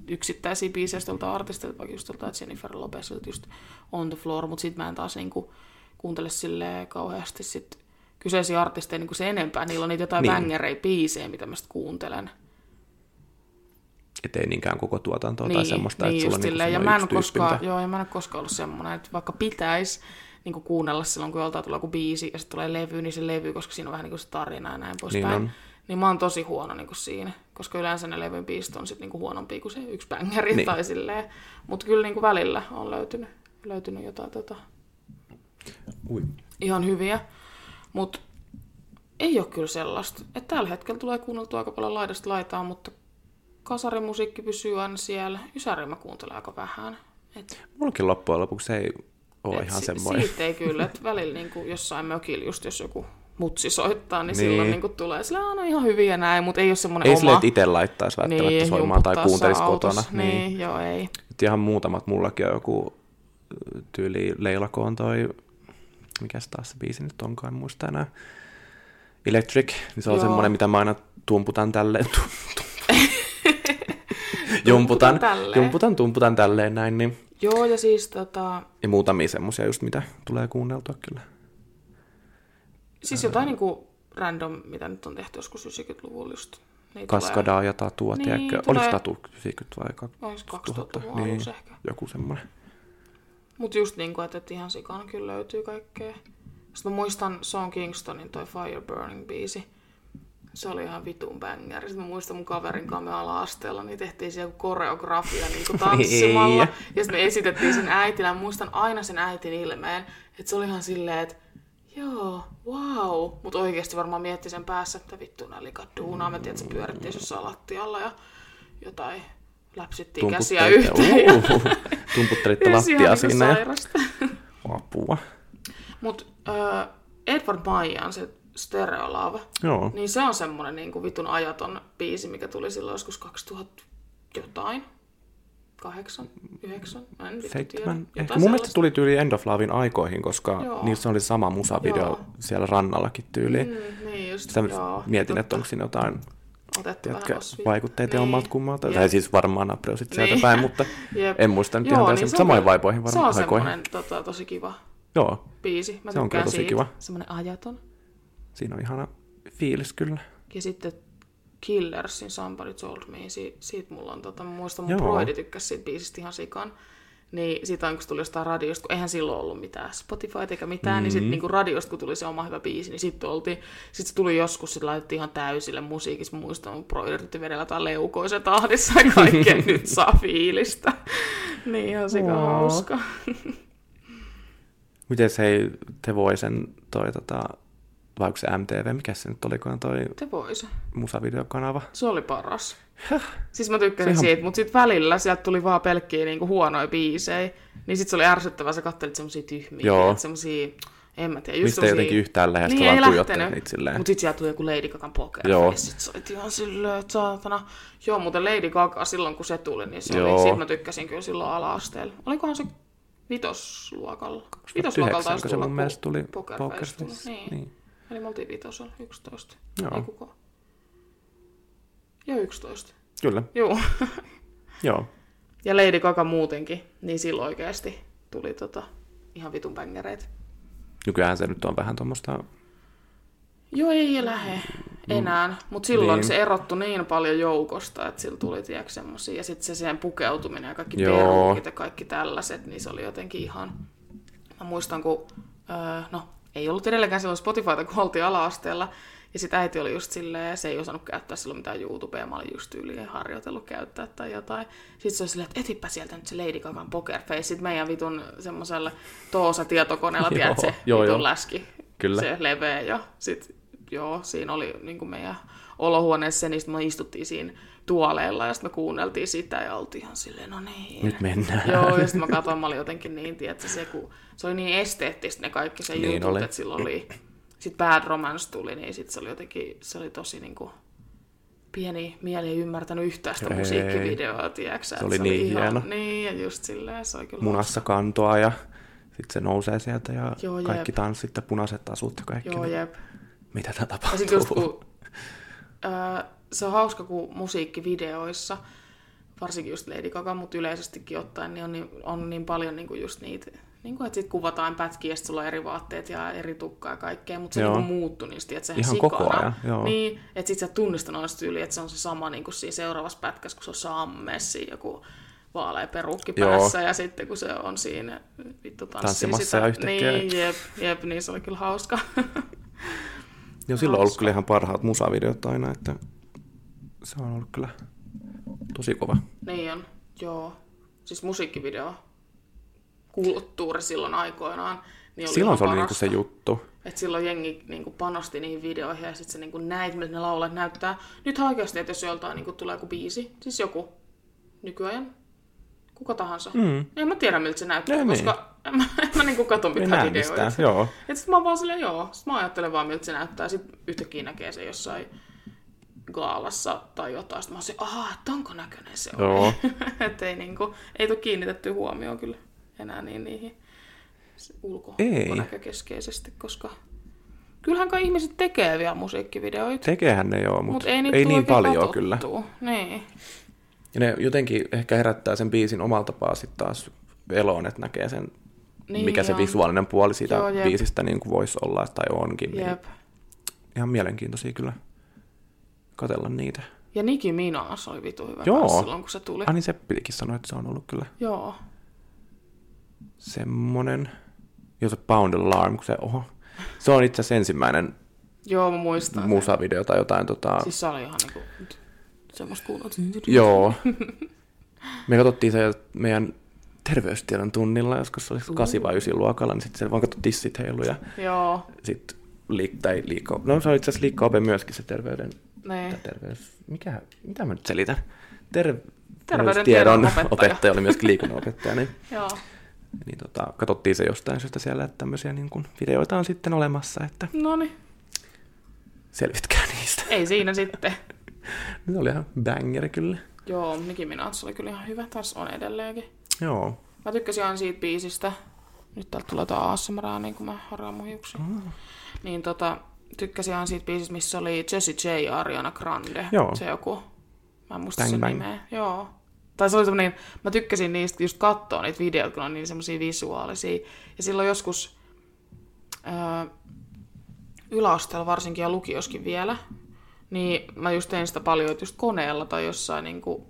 Speaker 1: yksittäisiä biisejä just joltain artisteilta, vaikka just joltain Jennifer Lopezilta just On the Floor, mutta sit mä en taas niinku kuuntele sille kauheasti sit kyseisiä artisteja niinku se enempää. Niillä on niitä jotain
Speaker 2: Niin.
Speaker 1: niin. bängerejä biisejä, mitä mä sit kuuntelen.
Speaker 2: Ettei niinkään koko tuotantoa tai semmoista,
Speaker 1: niin
Speaker 2: että sulla on
Speaker 1: just
Speaker 2: niinku
Speaker 1: silleen. ja
Speaker 2: semmoinen
Speaker 1: mä en, oo
Speaker 2: yksi tyyppi,
Speaker 1: koskaan,
Speaker 2: mitä-
Speaker 1: joo, ja mä en ole koskaan ollut semmoinen, että vaikka pitäisi niin kuunnella silloin, kun joltain tulee joku biisi ja sitten tulee levy, niin se levy, koska siinä on vähän niin kuin se tarina ja näin poispäin.
Speaker 2: Niin on.
Speaker 1: Niin mä oon tosi huono niin kuin siinä, koska yleensä ne levyn biisit on sitten niin huonompia kuin se yksi bängeri
Speaker 2: Niin.
Speaker 1: niin. tai silleen. Mutta kyllä niin kuin välillä on löytynyt, löytynyt jotain tota,
Speaker 2: Ui.
Speaker 1: ihan hyviä, mutta ei ole kyllä sellaista. Et tällä hetkellä tulee kuunneltua aika paljon laidasta laitaa, mutta kasarimusiikki pysyy aina siellä. Ysäri mä kuuntelen aika vähän. Et,
Speaker 2: Mullakin loppujen lopuksi se ei ole
Speaker 1: et
Speaker 2: ihan
Speaker 1: si-
Speaker 2: semmoinen.
Speaker 1: Siitä ei kyllä, että välillä niinku jossain mökillä just jos joku mutsi soittaa, niin,
Speaker 2: Niin.
Speaker 1: niin. silloin niinku tulee sillä on ihan hyviä näin, mutta ei ole semmoinen
Speaker 2: Ei
Speaker 1: oma.
Speaker 2: silleen, että itse laittaisi välttämättä niin, soimaan tai
Speaker 1: jumputtaa
Speaker 2: kuuntelisi
Speaker 1: saa autossa.
Speaker 2: kotona.
Speaker 1: Niin, niin, joo ei.
Speaker 2: Nyt ihan muutamat, mullakin on joku ö, tyyli leilakoon toi, mikäs taas se biisi nyt onkaan, en muista enää. Electric, niin se on
Speaker 1: Joo.
Speaker 2: semmoinen, mitä mä aina tumputan tälleen. Tum,
Speaker 1: *laughs*
Speaker 2: tum. jumputan,
Speaker 1: tälleen.
Speaker 2: jumputan, tumputan tälleen näin, niin.
Speaker 1: Joo ja siis tota,
Speaker 2: Ja muutamia semmoisia just, mitä tulee kuunneltua kyllä.
Speaker 1: siis jotain niinku random, mitä nyt on tehty joskus 90-luvulla just. Niin tulee-
Speaker 2: Kaskadaa ja tatua, niin,
Speaker 1: Niin,
Speaker 2: tiedätkö?
Speaker 1: tulee-
Speaker 2: Oliko tatu 90 vai 2000?
Speaker 1: Olis 2000-luvun
Speaker 2: niin,
Speaker 1: alussa ehkä.
Speaker 2: joku semmoinen.
Speaker 1: Mutta just niinku, että et ihan sikana kyllä löytyy kaikkea. Sitten mä muistan Sean Kingstonin toi Fire Burning biisi. Se oli ihan vitun bängäri. Sitten mä muistan mun kaverin kanssa me ala-asteella, niin tehtiin siellä joku koreografia niin kuin tanssimalla. ja sitten me esitettiin sen äitillä. Mä muistan aina sen äitin ilmeen, että se oli ihan silleen, että joo, wow. Mutta oikeasti varmaan mietti sen päässä, että vittu nää likat duunaa. Mä tiedän, että se pyörittiin jossain lattialla ja jotain läpsyttiin käsiä yhteen. ja-
Speaker 2: Uhuhu. Tumputtelitte
Speaker 1: Siis ihan
Speaker 2: lattia
Speaker 1: niinku
Speaker 2: siinä. Ja...
Speaker 1: sairasta. *laughs*
Speaker 2: Apua.
Speaker 1: Mut ö, Edward Maijan se Stereolava,
Speaker 2: Joo.
Speaker 1: niin se on semmonen niinku vitun ajaton biisi, mikä tuli silloin joskus 2000 jotain. Kahdeksan, yhdeksän, mä en vittu
Speaker 2: Seitsemän.
Speaker 1: tiedä.
Speaker 2: Ehkä
Speaker 1: Jotain
Speaker 2: mun mielestä
Speaker 1: sellaista.
Speaker 2: tuli tyyli End of Lovein aikoihin, koska joo.
Speaker 1: Joo.
Speaker 2: niissä oli sama musavideo joo.
Speaker 1: Joo.
Speaker 2: siellä rannallakin tyyliin. Mm.
Speaker 1: Mm, niin just,
Speaker 2: Sitä
Speaker 1: joo.
Speaker 2: mietin, että onko siinä jotain
Speaker 1: Otettu vähän
Speaker 2: tiedätkö,
Speaker 1: osviittaa.
Speaker 2: vaikutteita niin. omalta kummalta.
Speaker 1: Jep.
Speaker 2: Tai siis varmaan nappreusit sieltä
Speaker 1: Niin.
Speaker 2: päin, mutta
Speaker 1: *laughs* Jep.
Speaker 2: en muista nyt ihan täysin.
Speaker 1: se on
Speaker 2: Niin samoin
Speaker 1: kyllä-
Speaker 2: vaipoihin
Speaker 1: Se on
Speaker 2: varmaan aikoihin.
Speaker 1: semmonen tota, tosi kiva
Speaker 2: Joo,
Speaker 1: biisi. Mä
Speaker 2: Se on kyllä
Speaker 1: tykkään
Speaker 2: tosi
Speaker 1: siitä.
Speaker 2: kiva.
Speaker 1: Semmonen ajaton.
Speaker 2: siinä on ihana fiilis kyllä.
Speaker 1: Ja sitten Killersin Somebody Told Me, si- siitä mulla on, tota, mä muistan mun
Speaker 2: Joo.
Speaker 1: broidi tykkäsi siitä biisistä ihan sikan. Niin siitä aina kun se tuli jostain radiosta, kun eihän silloin ollut mitään Spotify eikä mitään, mm-hmm. niin sitten niinku radiosta kun tuli se oma hyvä biisi, niin sitten oltiin, sit se tuli joskus, sit laitettiin ihan täysille musiikissa, mä muistan mun broidi yritti vedellä jotain leukoisen tahdissa ja kaikkea nyt saa fiilistä. niin ihan sikan
Speaker 2: Joo.
Speaker 1: hauska.
Speaker 2: Miten hei te voi sen toi tota, vai onko se MTV, mikä se nyt olikaan toi
Speaker 1: Te vois.
Speaker 2: musavideokanava?
Speaker 1: Se oli paras. Siis mä tykkäsin
Speaker 2: Sehän-
Speaker 1: siitä, mutta sitten välillä sieltä tuli vaan pelkkiä niinku huonoja biisejä. Niin sitten se oli ärsyttävää, sä kattelit semmosia tyhmiä,
Speaker 2: Joo.
Speaker 1: Joo. semmosia, en mä tiedä, just
Speaker 2: Mistä ei jotenkin yhtään lähestä,
Speaker 1: niin,
Speaker 2: vaan
Speaker 1: ei
Speaker 2: tuijottelet
Speaker 1: lähtenyt.
Speaker 2: niitä silleen.
Speaker 1: Mut siis sit sieltä tuli joku Lady Gagan poker,
Speaker 2: Joo.
Speaker 1: Joo. ja sit se oli ihan silleen, että saatana. Joo, muuten Lady Gaga silloin kun se tuli, niin se
Speaker 2: Joo.
Speaker 1: oli, sit mä tykkäsin kyllä silloin ala-asteella. Olikohan se vitosluokalla? Vitosluokalla taisi
Speaker 2: kun se
Speaker 1: tulla,
Speaker 2: mun
Speaker 1: kun
Speaker 2: mielestä tuli
Speaker 1: Poker Face
Speaker 2: Poker
Speaker 1: tuli.
Speaker 2: Face.
Speaker 1: Niin.
Speaker 2: Niin.
Speaker 1: Eli me oltiin vitosella, 11.
Speaker 2: Joo.
Speaker 1: Ei kukaan. Joo, 11.
Speaker 2: Kyllä,
Speaker 1: *laughs* Joo.
Speaker 2: joo.
Speaker 1: Ja Lady Gaga muutenkin, niin silloin oikeasti tuli tota ihan vitun bängereitä.
Speaker 2: Nykyään se nyt on vähän tuommoista
Speaker 1: Joo, ei lähe enää, mm. mutta silloin
Speaker 2: Niin.
Speaker 1: niin. se erottui niin paljon joukosta, että sillä tuli tiedätkö, semmosia. Ja sitten se siihen pukeutuminen ja kaikki
Speaker 2: Joo.
Speaker 1: perukit ja kaikki tällaiset, niin se oli jotenkin ihan... Mä muistan, kun... Öö, no, ei ollut edelleenkään silloin Spotifyta, kun oltiin ala-asteella. Ja sitten äiti oli just silleen, se ei osannut käyttää silloin mitään YouTubea, mä olin just tyyliin harjoitellut käyttää tai jotain. Sitten se oli silleen, että etipä sieltä nyt se Lady Gagan poker face, sitten meidän vitun semmoisella Toosa-tietokoneella,
Speaker 2: *laughs* Joo,
Speaker 1: tiedät se
Speaker 2: joo,
Speaker 1: vitun
Speaker 2: joo.
Speaker 1: läski,
Speaker 2: Kyllä.
Speaker 1: se leveä ja sit, joo, siinä oli niin kuin meidän olohuoneessa, niin sitten me istuttiin siinä tuoleilla ja sitten me kuunneltiin sitä ja oltiin ihan silleen, no niin.
Speaker 2: nyt mennään.
Speaker 1: Joo, ja sitten mä katsoin, mä olin jotenkin niin, tiedätkö, se, kun, se oli niin esteettistä ne kaikki se
Speaker 2: Niin
Speaker 1: niin jutut,
Speaker 2: oli.
Speaker 1: että silloin oli, sitten Bad Romance tuli, niin sitten se oli jotenkin, se oli tosi niin kuin, pieni mieli ei ymmärtänyt yhtään sitä
Speaker 2: Ei.
Speaker 1: musiikkivideoa, tiedätkö, sä,
Speaker 2: Se
Speaker 1: että
Speaker 2: oli niin hieno.
Speaker 1: Niin, ja just silleen, se oli kyllä
Speaker 2: Munassa kantoa ja sitten se nousee sieltä ja
Speaker 1: Joo,
Speaker 2: Joo,
Speaker 1: jep.
Speaker 2: kaikki tanssit ja punaiset asut ja kaikki.
Speaker 1: Joo,
Speaker 2: Joo,
Speaker 1: jep.
Speaker 2: Mitä tämä
Speaker 1: Ja
Speaker 2: tapahtuu?
Speaker 1: sit just kun, öö, se on hauska, kun musiikkivideoissa, varsinkin just Lady Gaga, mutta yleisestikin ottaen, niin on niin, on niin paljon niinku just niitä, niinku, että sit kuvataan pätkiä, ja sit sulla on eri vaatteet ja eri tukkaa ja kaikkea, mutta se
Speaker 2: Joo.
Speaker 1: niinku muuttuu niistä, että sehän
Speaker 2: Ihan
Speaker 1: sikana.
Speaker 2: koko ajan, joo.
Speaker 1: Niin, että sit sä et tunnista noista tyyli, että se on se sama niinku siinä seuraavassa pätkässä, kun se on saamme siinä joku vaalea perukki
Speaker 2: Joo.
Speaker 1: päässä, ja sitten kun se on siinä vittu tanssii
Speaker 2: Tanssimassa
Speaker 1: sitä.
Speaker 2: ja yhtäkkiä-
Speaker 1: Niin, jep, jep, niin se oli kyllä hauska. *laughs*
Speaker 2: Joo, silloin on ollut kyllä ihan parhaat musavideot aina, että se on ollut kyllä tosi kova.
Speaker 1: Niin on, joo. Siis musiikkivideo, kulttuuri silloin aikoinaan. Niin oli
Speaker 2: silloin se oli
Speaker 1: ihan
Speaker 2: niinku se
Speaker 1: parasta.
Speaker 2: juttu.
Speaker 1: Et silloin jengi niinku panosti niihin videoihin ja sitten se niinku näit, miltä ne laulat näyttää. Nyt oikeasti, että jos joltain niinku tulee joku biisi, siis joku nykyajan, kuka tahansa.
Speaker 2: Mm.
Speaker 1: En mä tiedä, miltä se näyttää,
Speaker 2: Ei niin.
Speaker 1: koska en mä, *laughs* en mä niinku katso
Speaker 2: Ei
Speaker 1: mitään
Speaker 2: näe
Speaker 1: videoita.
Speaker 2: mistään, joo.
Speaker 1: Et sit mä oon vaan silleen, joo. Sit mä ajattelen vaan, miltä se näyttää. Sit yhtäkkiä näkee se jossain gaalassa tai jotain. Sit mä oon se, ahaa, että onko näköinen se on.
Speaker 2: Joo.
Speaker 1: *laughs* Et ei, niinku, ei tuu kiinnitetty huomioon kyllä enää niin niihin se ulko,
Speaker 2: Ei.
Speaker 1: ulkonäkökeskeisesti, koska kyllähän kai ihmiset tekee vielä musiikkivideoita.
Speaker 2: Tekehän ne joo,
Speaker 1: Mut
Speaker 2: mutta
Speaker 1: ei,
Speaker 2: ei,
Speaker 1: niitä
Speaker 2: ei
Speaker 1: tuu
Speaker 2: niin
Speaker 1: oikein
Speaker 2: paljon
Speaker 1: katsottua.
Speaker 2: kyllä.
Speaker 1: Niin.
Speaker 2: Ja ne jotenkin ehkä herättää sen biisin omalla tapaa sitten taas eloon, että näkee sen,
Speaker 1: Niin
Speaker 2: niin mikä
Speaker 1: on.
Speaker 2: se visuaalinen puoli siitä
Speaker 1: Joo, jep.
Speaker 2: biisistä niin kuin voisi olla tai onkin. Niin
Speaker 1: Jep.
Speaker 2: ihan mielenkiintoisia kyllä katella niitä.
Speaker 1: Ja Nicki Minaj oli vitu hyvä
Speaker 2: Joo.
Speaker 1: kans silloin, kun se tuli.
Speaker 2: Ani Seppilikin niin, sanoi, että se on ollut kyllä
Speaker 1: Joo.
Speaker 2: semmonen, jos se Pound Alarm, kun se, oho. Se on itse asiassa ensimmäinen
Speaker 1: Joo, mä muistan. sen.
Speaker 2: musavideo tai jotain tota...
Speaker 1: Siis se oli ihan niinku semmoista kuunnelta.
Speaker 2: Joo. *laughs* Me katsottiin se meidän terveystiedon tunnilla, joskus se oli 8 vai 9 luokalla, niin sitten se vaan katsottiin sit heilu ja
Speaker 1: Joo,
Speaker 2: sit liik, tai liikko, no se on itse asiassa liikko myöskin se terveyden,
Speaker 1: niin.
Speaker 2: tai terveys, mikä, mitä mä nyt selitän? Ter,
Speaker 1: Terveydentiedon opettaja.
Speaker 2: opettaja oli myöskin liikunnanopettaja, niin,
Speaker 1: Joo.
Speaker 2: niin tota, katsottiin se jostain syystä siellä, että tämmöisiä niin kuin videoita on sitten olemassa, että
Speaker 1: No niin,
Speaker 2: selvitkää niistä. *laughs*
Speaker 1: ei siinä sitten.
Speaker 2: Se oli ihan bangeri kyllä.
Speaker 1: Joo, Nicki Minaj oli kyllä ihan hyvä. Tässä on edelleenkin.
Speaker 2: Joo.
Speaker 1: Mä tykkäsin aina siitä biisistä. Nyt täältä tulee jotain ASMRaa, niin kun mä haraan mun hiuksia.
Speaker 2: Mm.
Speaker 1: Niin tota, tykkäsin aina siitä biisistä, missä oli Jessie J ja Ariana Grande.
Speaker 2: Joo.
Speaker 1: Se joku. Mä en muista
Speaker 2: Bang
Speaker 1: sen
Speaker 2: Bang.
Speaker 1: nimeä. Joo. Tai se oli semmonen, mä tykkäsin niistä just katsoa niitä videoita, kun ne on niin semmosia visuaalisia. Ja silloin joskus öö, ää, yläasteella varsinkin ja lukioskin vielä, niin mä just tein sitä paljon, että just koneella tai jossain niin kuin,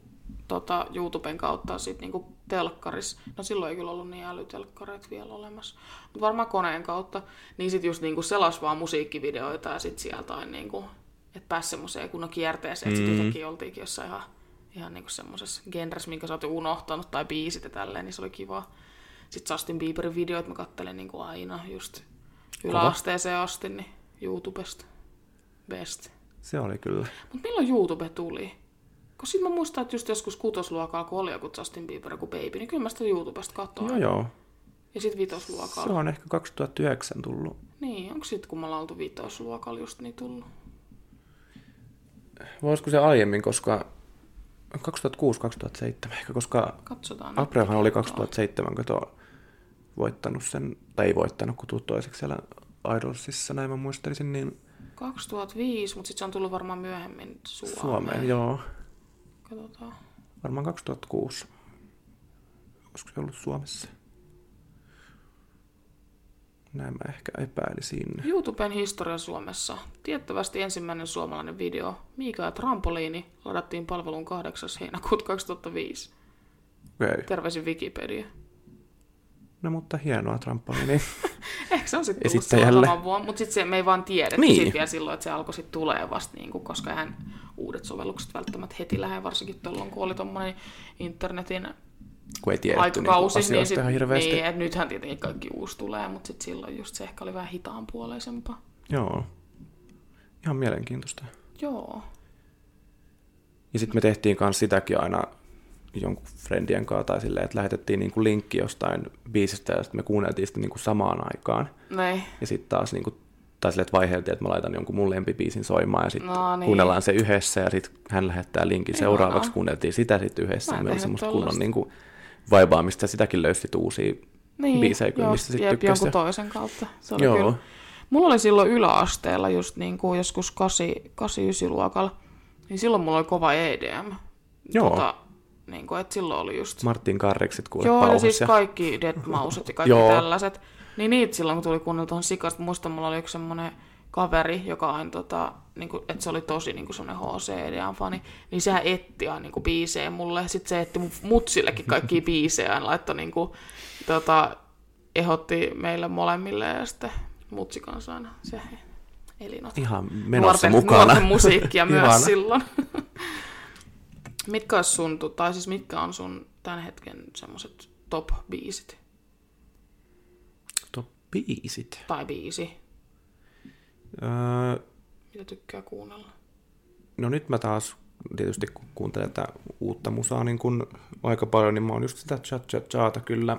Speaker 1: tota, YouTuben kautta sit niin kuin telkkaris. No silloin ei kyllä ollut niin älytelkkareita vielä olemassa. Mutta varmaan koneen kautta. Niin sit just niin kuin selas vaan musiikkivideoita ja sit sieltä aina niin kuin, että pääsi semmoiseen kunnon kierteeseen. Mm. Sitten jotenkin oltiinkin jossain ihan, ihan niin kuin semmosessa genressä, minkä sä oot jo unohtanut tai biisit ja tälleen, niin se oli kiva. Sitten Justin Bieberin videoit mä kattelen niin kuin aina just yläasteeseen asti, niin YouTubesta. Best.
Speaker 2: Se oli kyllä.
Speaker 1: Mutta milloin YouTube tuli? Kun sit mä muistan, että just joskus kutosluokalla, kun oli joku Justin Bieber, joku Baby, niin kyllä mä sitä YouTubesta katsoin.
Speaker 2: Joo No joo.
Speaker 1: Ja sit
Speaker 2: Se
Speaker 1: vitosluokalla.
Speaker 2: on ehkä 2009 tullut.
Speaker 1: Niin, onko sit kun me ollaan oltu vitosluokalla just niin tullut?
Speaker 2: Voisiko se aiemmin, koska 2006-2007 ehkä, koska
Speaker 1: Katsotaan. nyt.
Speaker 2: Abreuhan oli 2007, kato, voittanut sen, tai ei voittanut, kun tuli toiseksi siellä Idolsissa, näin mä muistelisin, niin
Speaker 1: 2005, mutta sit se on tullut varmaan myöhemmin Suomeen.
Speaker 2: Suomeen, joo.
Speaker 1: Katsotaan.
Speaker 2: Varmaan 2006. Olisiko se ollut Suomessa? Näin mä ehkä epäilisin.
Speaker 1: YouTuben historia Suomessa. Tiettävästi ensimmäinen suomalainen video, Miika ja Trampoliini, ladattiin palveluun 8. heinäkuuta 2005.
Speaker 2: Okei. Okay.
Speaker 1: Terveisin Wikipedia.
Speaker 2: No mutta hienoa niin- *laughs* trampoliini.
Speaker 1: Ehkä se on sitten tullut
Speaker 2: Esittäjälle.
Speaker 1: silloin saman vuonna, mutta sitten me ei vaan tiedetty
Speaker 2: Niin.
Speaker 1: niin. vielä silloin, että se alkoi sitten tulee vasta, niin kuin, koska eihän uudet sovellukset välttämättä heti lähde, varsinkin tuolloin, kun oli tuommoinen internetin
Speaker 2: kun ei tiedetty niin
Speaker 1: aikakausi,
Speaker 2: asioista
Speaker 1: niin, sit,
Speaker 2: ihan hirveästi.
Speaker 1: niin että nythän tietenkin kaikki uusi tulee, mutta sitten silloin just se ehkä oli vähän hitaanpuoleisempaa.
Speaker 2: Joo. Ihan mielenkiintoista.
Speaker 1: Joo.
Speaker 2: Ja sitten me tehtiin myös sitäkin aina jonkun friendien kanssa tai silleen, että lähetettiin niinku linkki jostain biisistä ja sitten me kuunneltiin sitä niinku samaan aikaan.
Speaker 1: Näin.
Speaker 2: Ja sitten taas niinku, tai silleen, että vaiheeltiin, että mä laitan jonkun mun lempibiisin soimaan ja sitten
Speaker 1: No niin.
Speaker 2: kuunnellaan se yhdessä ja sitten hän lähettää linkin
Speaker 1: Ihanaa.
Speaker 2: seuraavaksi, kuunneltiin sitä sitten
Speaker 1: Mä
Speaker 2: yhdessä.
Speaker 1: en
Speaker 2: Meillä oli
Speaker 1: tehnyt
Speaker 2: semmoista
Speaker 1: tollasta.
Speaker 2: kunnon niinku vaibaamista ja sitäkin löysi uusia
Speaker 1: Niin,
Speaker 2: biisejä, kyllä, mistä sit
Speaker 1: jep,
Speaker 2: tykkäsi
Speaker 1: jonkun
Speaker 2: ja-
Speaker 1: toisen kautta. Se oli
Speaker 2: Joo.
Speaker 1: Kyllä. Mulla oli silloin yläasteella just niin kuin joskus 8-9 luokalla, niin silloin mulla oli kova EDM.
Speaker 2: Joo.
Speaker 1: niin kuin, että silloin oli just...
Speaker 2: Martin Karreksit kuule
Speaker 1: Joo, ja
Speaker 2: pauhassa.
Speaker 1: siis kaikki Dead Mouset ja kaikki
Speaker 2: Joo.
Speaker 1: tällaiset. Niin niitä silloin, kun tuli kuunneltua sikasta, muista mulla oli yksi semmoinen kaveri, joka aina, tota, niin kuin, että se oli tosi niin kuin semmoinen HCD-fani, niin sehän etti aina niin kuin, biisejä mulle. Sitten se etti mun mutsillekin kaikki biisejä, aina laittoi niin kuin, tota, ehotti meille molemmille ja sitten mutsi kanssa aina se elinot
Speaker 2: Ihan menossa
Speaker 1: nuorten,
Speaker 2: mukana.
Speaker 1: Nuorten
Speaker 2: *laughs*
Speaker 1: musiikkia
Speaker 2: Ihana.
Speaker 1: myös silloin. *laughs* mitkä, olisi sun, tai siis mitkä on sun tämän hetken semmoset top-biisit?
Speaker 2: Top biisit.
Speaker 1: Tai biisi,
Speaker 2: Öö,
Speaker 1: mitä tykkää kuunnella?
Speaker 2: No nyt mä taas tietysti kun kuuntelen tätä uutta musaa niin kun aika paljon, niin mä oon just sitä cha cha chaata kyllä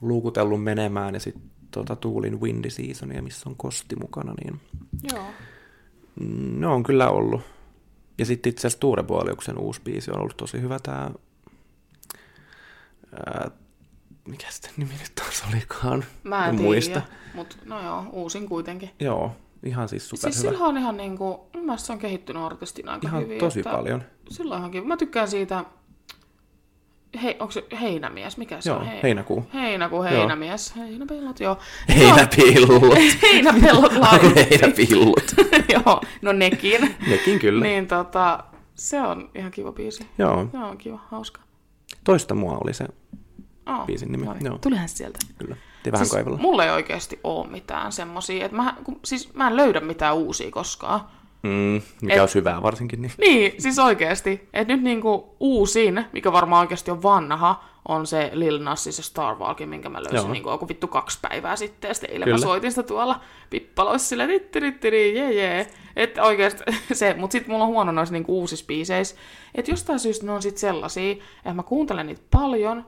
Speaker 2: luukutellut menemään ja sitten tota, tuulin Windy Seasonia, missä on kosti mukana, niin
Speaker 1: Joo.
Speaker 2: mm, ne on kyllä ollut. Ja sitten itse asiassa Tuure Booliuksen uusi biisi on ollut tosi hyvä tää... Ää, mikä sitä nimi nyt taas olikaan?
Speaker 1: Mä en
Speaker 2: muista.
Speaker 1: tiedä, mutta no joo, uusin kuitenkin.
Speaker 2: Joo, ihan siis superhyvä.
Speaker 1: Siis sillä on ihan niinku, mun mielestä se on kehittynyt artistina aika
Speaker 2: ihan
Speaker 1: hyvin.
Speaker 2: tosi
Speaker 1: että
Speaker 2: paljon.
Speaker 1: Sillä on ihan kiva. Mä tykkään siitä, hei, onko se heinämies, mikä se
Speaker 2: Joo,
Speaker 1: on? Hei-
Speaker 2: heinäkuu.
Speaker 1: Heinäkuu, heinämies, heinäpellot,
Speaker 2: *laughs*
Speaker 1: joo.
Speaker 2: Heinäpillut.
Speaker 1: *laughs* Heinäpellot laulettiin.
Speaker 2: Heinäpillut.
Speaker 1: *laughs* Joo, no nekin.
Speaker 2: Nekin kyllä.
Speaker 1: Niin tota, se on ihan kiva biisi.
Speaker 2: Joo,
Speaker 1: Se on kiva, hauska.
Speaker 2: toista mua oli se,
Speaker 1: Oh,
Speaker 2: Biisin nimi, joo.
Speaker 1: Tulihan se sieltä.
Speaker 2: kyllä. Te vähän
Speaker 1: siis
Speaker 2: kaivella.
Speaker 1: mulla ei oikeasti oo mitään semmosia, että mä, kun, siis mä en löydä mitään uusia koskaan.
Speaker 2: Mm, mikä
Speaker 1: et-
Speaker 2: olisi hyvää varsinkin, niin
Speaker 1: Niin, siis oikeasti. Että nyt niinku uusin, mikä varmaan oikeasti on vanha, on se Lil Nassin se Starwalkin, minkä mä löysin
Speaker 2: Joo.
Speaker 1: niinku joku vittu kaksi päivää sitten. Ja sitten eilen
Speaker 2: Kyllä.
Speaker 1: mä soitin sitä tuolla pippaloissa sillä tittirittiri, jee jee. Että oikeasti *laughs* se, mut sit mulla on huono noissa niinku uusissa biiseissä. Että jostain syystä ne on sit sellaisia, että mä kuuntelen niitä paljon,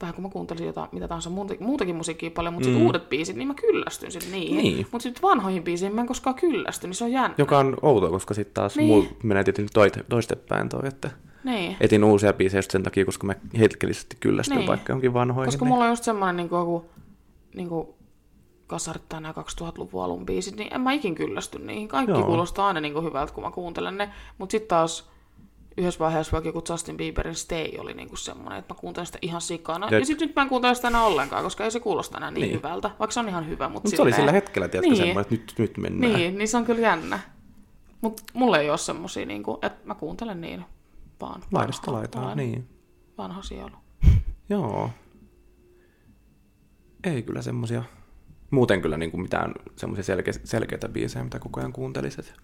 Speaker 1: vähän kun mä kuuntelisin jotain, mitä tahansa muutakin, muutakin musiikkia paljon, mutta sit uudet biisit, niin mä kyllästyn sit niihin.
Speaker 2: Mm. Niin.
Speaker 1: Mutta sit vanhoihin biisiin mä en koskaan kyllästy, niin se on jännä.
Speaker 2: joka on outoa, koska sitten taas
Speaker 1: Niin.
Speaker 2: niin. mul menee tietenkin toite, toistepäin toi, että
Speaker 1: Niin.
Speaker 2: etin uusia biisejä just sen takia, koska mä hetkellisesti kyllästyn
Speaker 1: Niin.
Speaker 2: niin. vaikka onkin vanhoihin.
Speaker 1: Koska mulla on just semmoinen niin joku niin kuin kasarit tai nämä 2000-luvun alun biisit, niin en mä ikin kyllästy niihin. Kaikki Joo.
Speaker 2: Joo.
Speaker 1: kuulostaa aina niin kuin hyvältä, kun mä kuuntelen ne. Mutta sitten taas yhdessä vaiheessa vaikka joku Justin Bieberin Stay oli niin kuin semmoinen, että mä kuuntelen sitä ihan sikana.
Speaker 2: Jep.
Speaker 1: Ja sitten nyt mä en kuuntele sitä enää ollenkaan, koska ei se kuulosta enää niin, niin.
Speaker 2: Niin.
Speaker 1: hyvältä. Vaikka se on ihan hyvä, mutta
Speaker 2: Mutta se oli sillä hetkellä, tiedätkö,
Speaker 1: Niin.
Speaker 2: niin. semmoinen, että nyt, nyt mennään.
Speaker 1: Niin, niin se on kyllä jännä. Mutta mulla ei ole semmosia, niin kuin, että mä kuuntelen niin vaan.
Speaker 2: Laidasta
Speaker 1: vanha-
Speaker 2: laitaan,
Speaker 1: vanha-
Speaker 2: niin.
Speaker 1: Vanha sielu.
Speaker 2: Joo. Ei kyllä semmosia. Muuten kyllä niin kuin mitään semmoisia selke- selkeitä biisejä, mitä koko ajan kuuntelisit.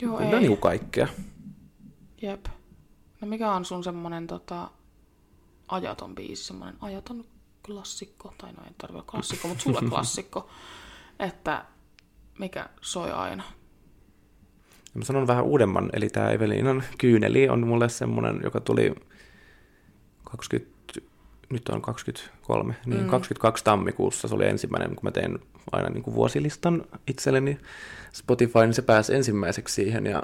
Speaker 1: Joo,
Speaker 2: Kyllä
Speaker 1: ei.
Speaker 2: niin kuin kaikkea.
Speaker 1: Jep. No mikä on sun semmonen tota, ajaton biisi, semmonen ajaton klassikko, tai no ei tarvitse olla klassikko, mutta sulle
Speaker 2: *laughs*
Speaker 1: klassikko, että mikä soi aina.
Speaker 2: Mä sanon vähän uudemman, eli tämä Evelinan kyyneli on mulle semmoinen, joka tuli 20, nyt on 23, niin mm. 22 tammikuussa se oli ensimmäinen, kun mä tein aina niin kuin vuosilistan itselleni Spotify, niin se pääsi ensimmäiseksi siihen ja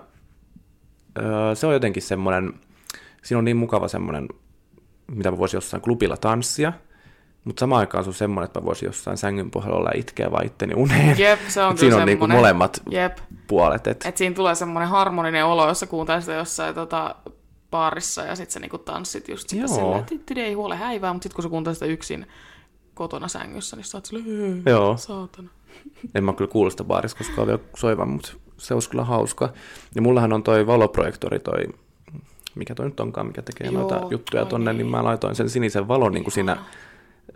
Speaker 2: öö, se on jotenkin semmoinen, siinä on niin mukava semmoinen, mitä mä voisin jossain klubilla tanssia, mutta samaan aikaan se on semmoinen, että mä voisin jossain sängyn pohjalla olla itkeä vaan itteni uneen.
Speaker 1: Jep, se on
Speaker 2: Et
Speaker 1: kyllä
Speaker 2: siinä on
Speaker 1: semmonen.
Speaker 2: niinku molemmat
Speaker 1: Jep,
Speaker 2: puolet, että
Speaker 1: että siinä tulee semmonen harmoninen olo, jossa kuuntelee sitä jossain tota, baarissa ja sit sä niinku tanssit just sitä
Speaker 2: Joo.
Speaker 1: silleen, että titti, ei huole häivää, mutta sit kun sä kuuntelet sitä yksin kotona sängyssä, niin sä oot silleen, "Hyi,
Speaker 2: Joo.
Speaker 1: saatana.
Speaker 2: En mä oo kyllä kuullut sitä baarissa koskaan vielä soivan, mutta se olisi kyllä hauska. Ja mullahan on toi valoprojektori, toi, mikä toi nyt onkaan, mikä tekee
Speaker 1: Joo,
Speaker 2: Joo, noita juttuja
Speaker 1: ai
Speaker 2: tonne, niin.
Speaker 1: niin.
Speaker 2: niin mä laitoin sen sinisen valon, niin kuin siinä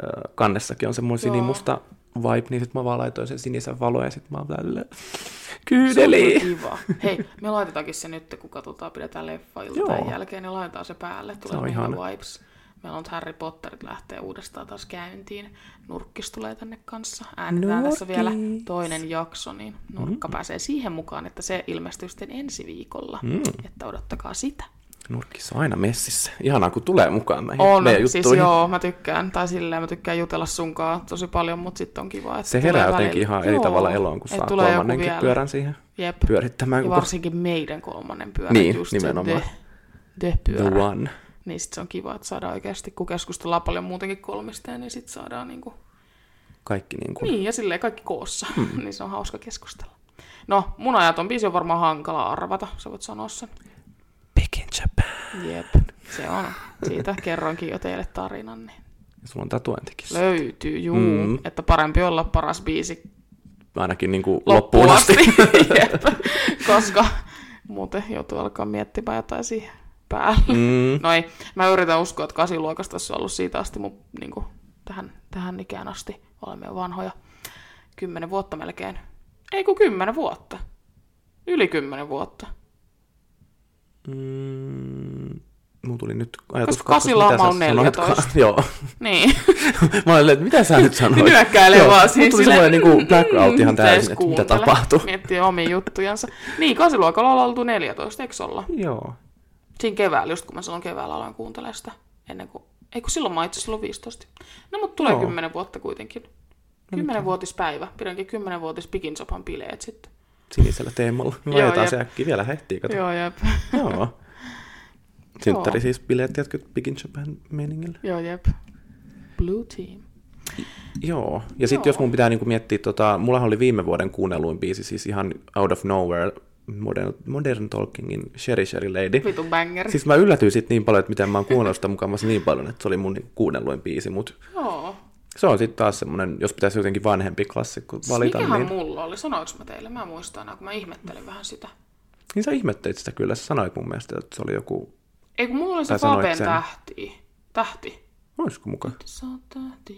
Speaker 2: ö, kannessakin on semmoinen
Speaker 1: Joo.
Speaker 2: sinimusta vibe, niin sit mä vaan laitoin sen sinisen valon ja sit mä oon tälle
Speaker 1: Se on kyllä
Speaker 2: kyydeli.
Speaker 1: kiva. Hei, me laitetaankin se nyt, kun katsotaan, pidetään leffa iltaan
Speaker 2: Joo.
Speaker 1: jälkeen, niin laitetaan se päälle. Tulee
Speaker 2: on
Speaker 1: meillä
Speaker 2: ihana.
Speaker 1: vibes. Meillä on nyt Harry Potterit lähtee uudestaan taas käyntiin. Nurkkis tulee tänne kanssa. Äänitetään tässä vielä
Speaker 2: Nurkkis. Mm.
Speaker 1: toinen jakso, niin nurkka pääsee siihen mukaan, että se ilmestyy sitten ensi viikolla. Mm. Että odottakaa sitä.
Speaker 2: Nurkissa on aina messissä. Ihanaa, kun tulee mukaan näihin
Speaker 1: On,
Speaker 2: meidän
Speaker 1: siis
Speaker 2: juttuihin.
Speaker 1: joo, mä tykkään, tai silleen mä tykkään jutella sunkaan tosi paljon, mutta sitten on kiva, että
Speaker 2: Se herää
Speaker 1: tulee
Speaker 2: jotenkin
Speaker 1: välillä.
Speaker 2: ihan eri
Speaker 1: Joo,
Speaker 2: tavalla eloon, kun
Speaker 1: että
Speaker 2: saa
Speaker 1: tulee joku
Speaker 2: kolmannenkin
Speaker 1: vielä.
Speaker 2: pyörän siihen
Speaker 1: Jep.
Speaker 2: pyörittämään.
Speaker 1: Ja
Speaker 2: kun
Speaker 1: varsinkin meidän kolmannen pyörä.
Speaker 2: Niin,
Speaker 1: just
Speaker 2: nimenomaan.
Speaker 1: Se de, de
Speaker 2: The
Speaker 1: pyörä.
Speaker 2: one.
Speaker 1: Niin sit se on kiva, että saadaan oikeasti, kun keskustellaan paljon muutenkin kolmista, ja niin sit saadaan niinku...
Speaker 2: Kaikki niin kuin...
Speaker 1: Niin, ja silleen kaikki koossa.
Speaker 2: Hmm.
Speaker 1: Mm. *laughs* niin se on hauska keskustella. No, mun ajaton biisi on varmaan hankala arvata, sä voit sanoa sen.
Speaker 2: Big in Japan.
Speaker 1: Jep, se on. Siitä kerroinkin jo teille tarinan, niin
Speaker 2: Ja sulla on tatuointikin.
Speaker 1: löytyy, juu. Mm. Että parempi olla paras biisi
Speaker 2: Ainakin niin kuin
Speaker 1: loppuun asti. *laughs* Jep. Koska muuten joutuu alkaa miettimään jotain siihen päälle.
Speaker 2: *laughs* Mm.
Speaker 1: No ei, mä yritän uskoa, että kasiluokasta olisi ollut siitä asti, mun, niin kuin, tähän, tähän ikään asti olemme jo vanhoja. Kymmenen vuotta melkein. Ei kun kymmenen vuotta. Yli kymmenen
Speaker 2: *laughs*
Speaker 1: vuotta.
Speaker 2: Mm. Mulla tuli nyt ajatus
Speaker 1: No. Koska kasilla
Speaker 2: mitä
Speaker 1: mä
Speaker 2: sä
Speaker 1: oon 14.
Speaker 2: sanoitkaan. *laughs* Joo.
Speaker 1: Niin,
Speaker 2: Mä olin, että mitä sä nyt
Speaker 1: *laughs*
Speaker 2: sanoit?
Speaker 1: nyökkäilee
Speaker 2: Joo,
Speaker 1: vaan
Speaker 2: mulla
Speaker 1: siis
Speaker 2: tuli semmoinen niin kuin
Speaker 1: *laughs*
Speaker 2: blackout ihan täysin, että mitä tapahtuu.
Speaker 1: Miettii omia juttujansa. Niin, kasiluokalla ollaan oltu 14, eikö olla?
Speaker 2: Joo.
Speaker 1: Siinä keväällä, just kun mä silloin keväällä aloin kuuntelemaan sitä. Ennen kuin... Ei kun silloin mä itse silloin 15. No mut tulee
Speaker 2: Joo.
Speaker 1: 10 vuotta kuitenkin. 10 vuotispäivä. Pidänkin 10 vuotis pikinsopan bileet sitten.
Speaker 2: Sinisellä teemalla. Me
Speaker 1: Joo,
Speaker 2: laitetaan
Speaker 1: jep.
Speaker 2: se äkkiä vielä hehtiin, kato.
Speaker 1: Joo, jep. *laughs*
Speaker 2: Joo. Synttäri siis bileet, tiedätkö, Big in Japan meningillä.
Speaker 1: Joo, jep. Blue team.
Speaker 2: Joo. Ja sitten
Speaker 1: Joo.
Speaker 2: jos mun pitää niinku miettiä, tota, mullahan oli viime vuoden kuunnelluin biisi, siis ihan Out of Nowhere, Modern, modern Talkingin Sherry Sherry Lady.
Speaker 1: Vitu banger.
Speaker 2: Siis mä yllätyin sit niin paljon, että miten mä oon kuunnellut sitä mukamassa niin paljon, että se oli mun niinku kuunnelluin biisi, mutta
Speaker 1: Joo.
Speaker 2: se on sitten taas semmonen, jos pitäisi jotenkin vanhempi klassikko
Speaker 1: Siis
Speaker 2: valita,
Speaker 1: mikähän
Speaker 2: niin,
Speaker 1: mulla oli? Sanoinko mä teille? Mä en muista enää, kun mä ihmettelin vähän sitä.
Speaker 2: niin sä ihmettelit sitä kyllä, sä sanoit mun mielestä, että se oli joku,
Speaker 1: Ei kun mulla oli se
Speaker 2: Tai sanoit
Speaker 1: Faben
Speaker 2: sen.
Speaker 1: tähti. Tähti.
Speaker 2: olisiko muka?
Speaker 1: Sä oot tähti.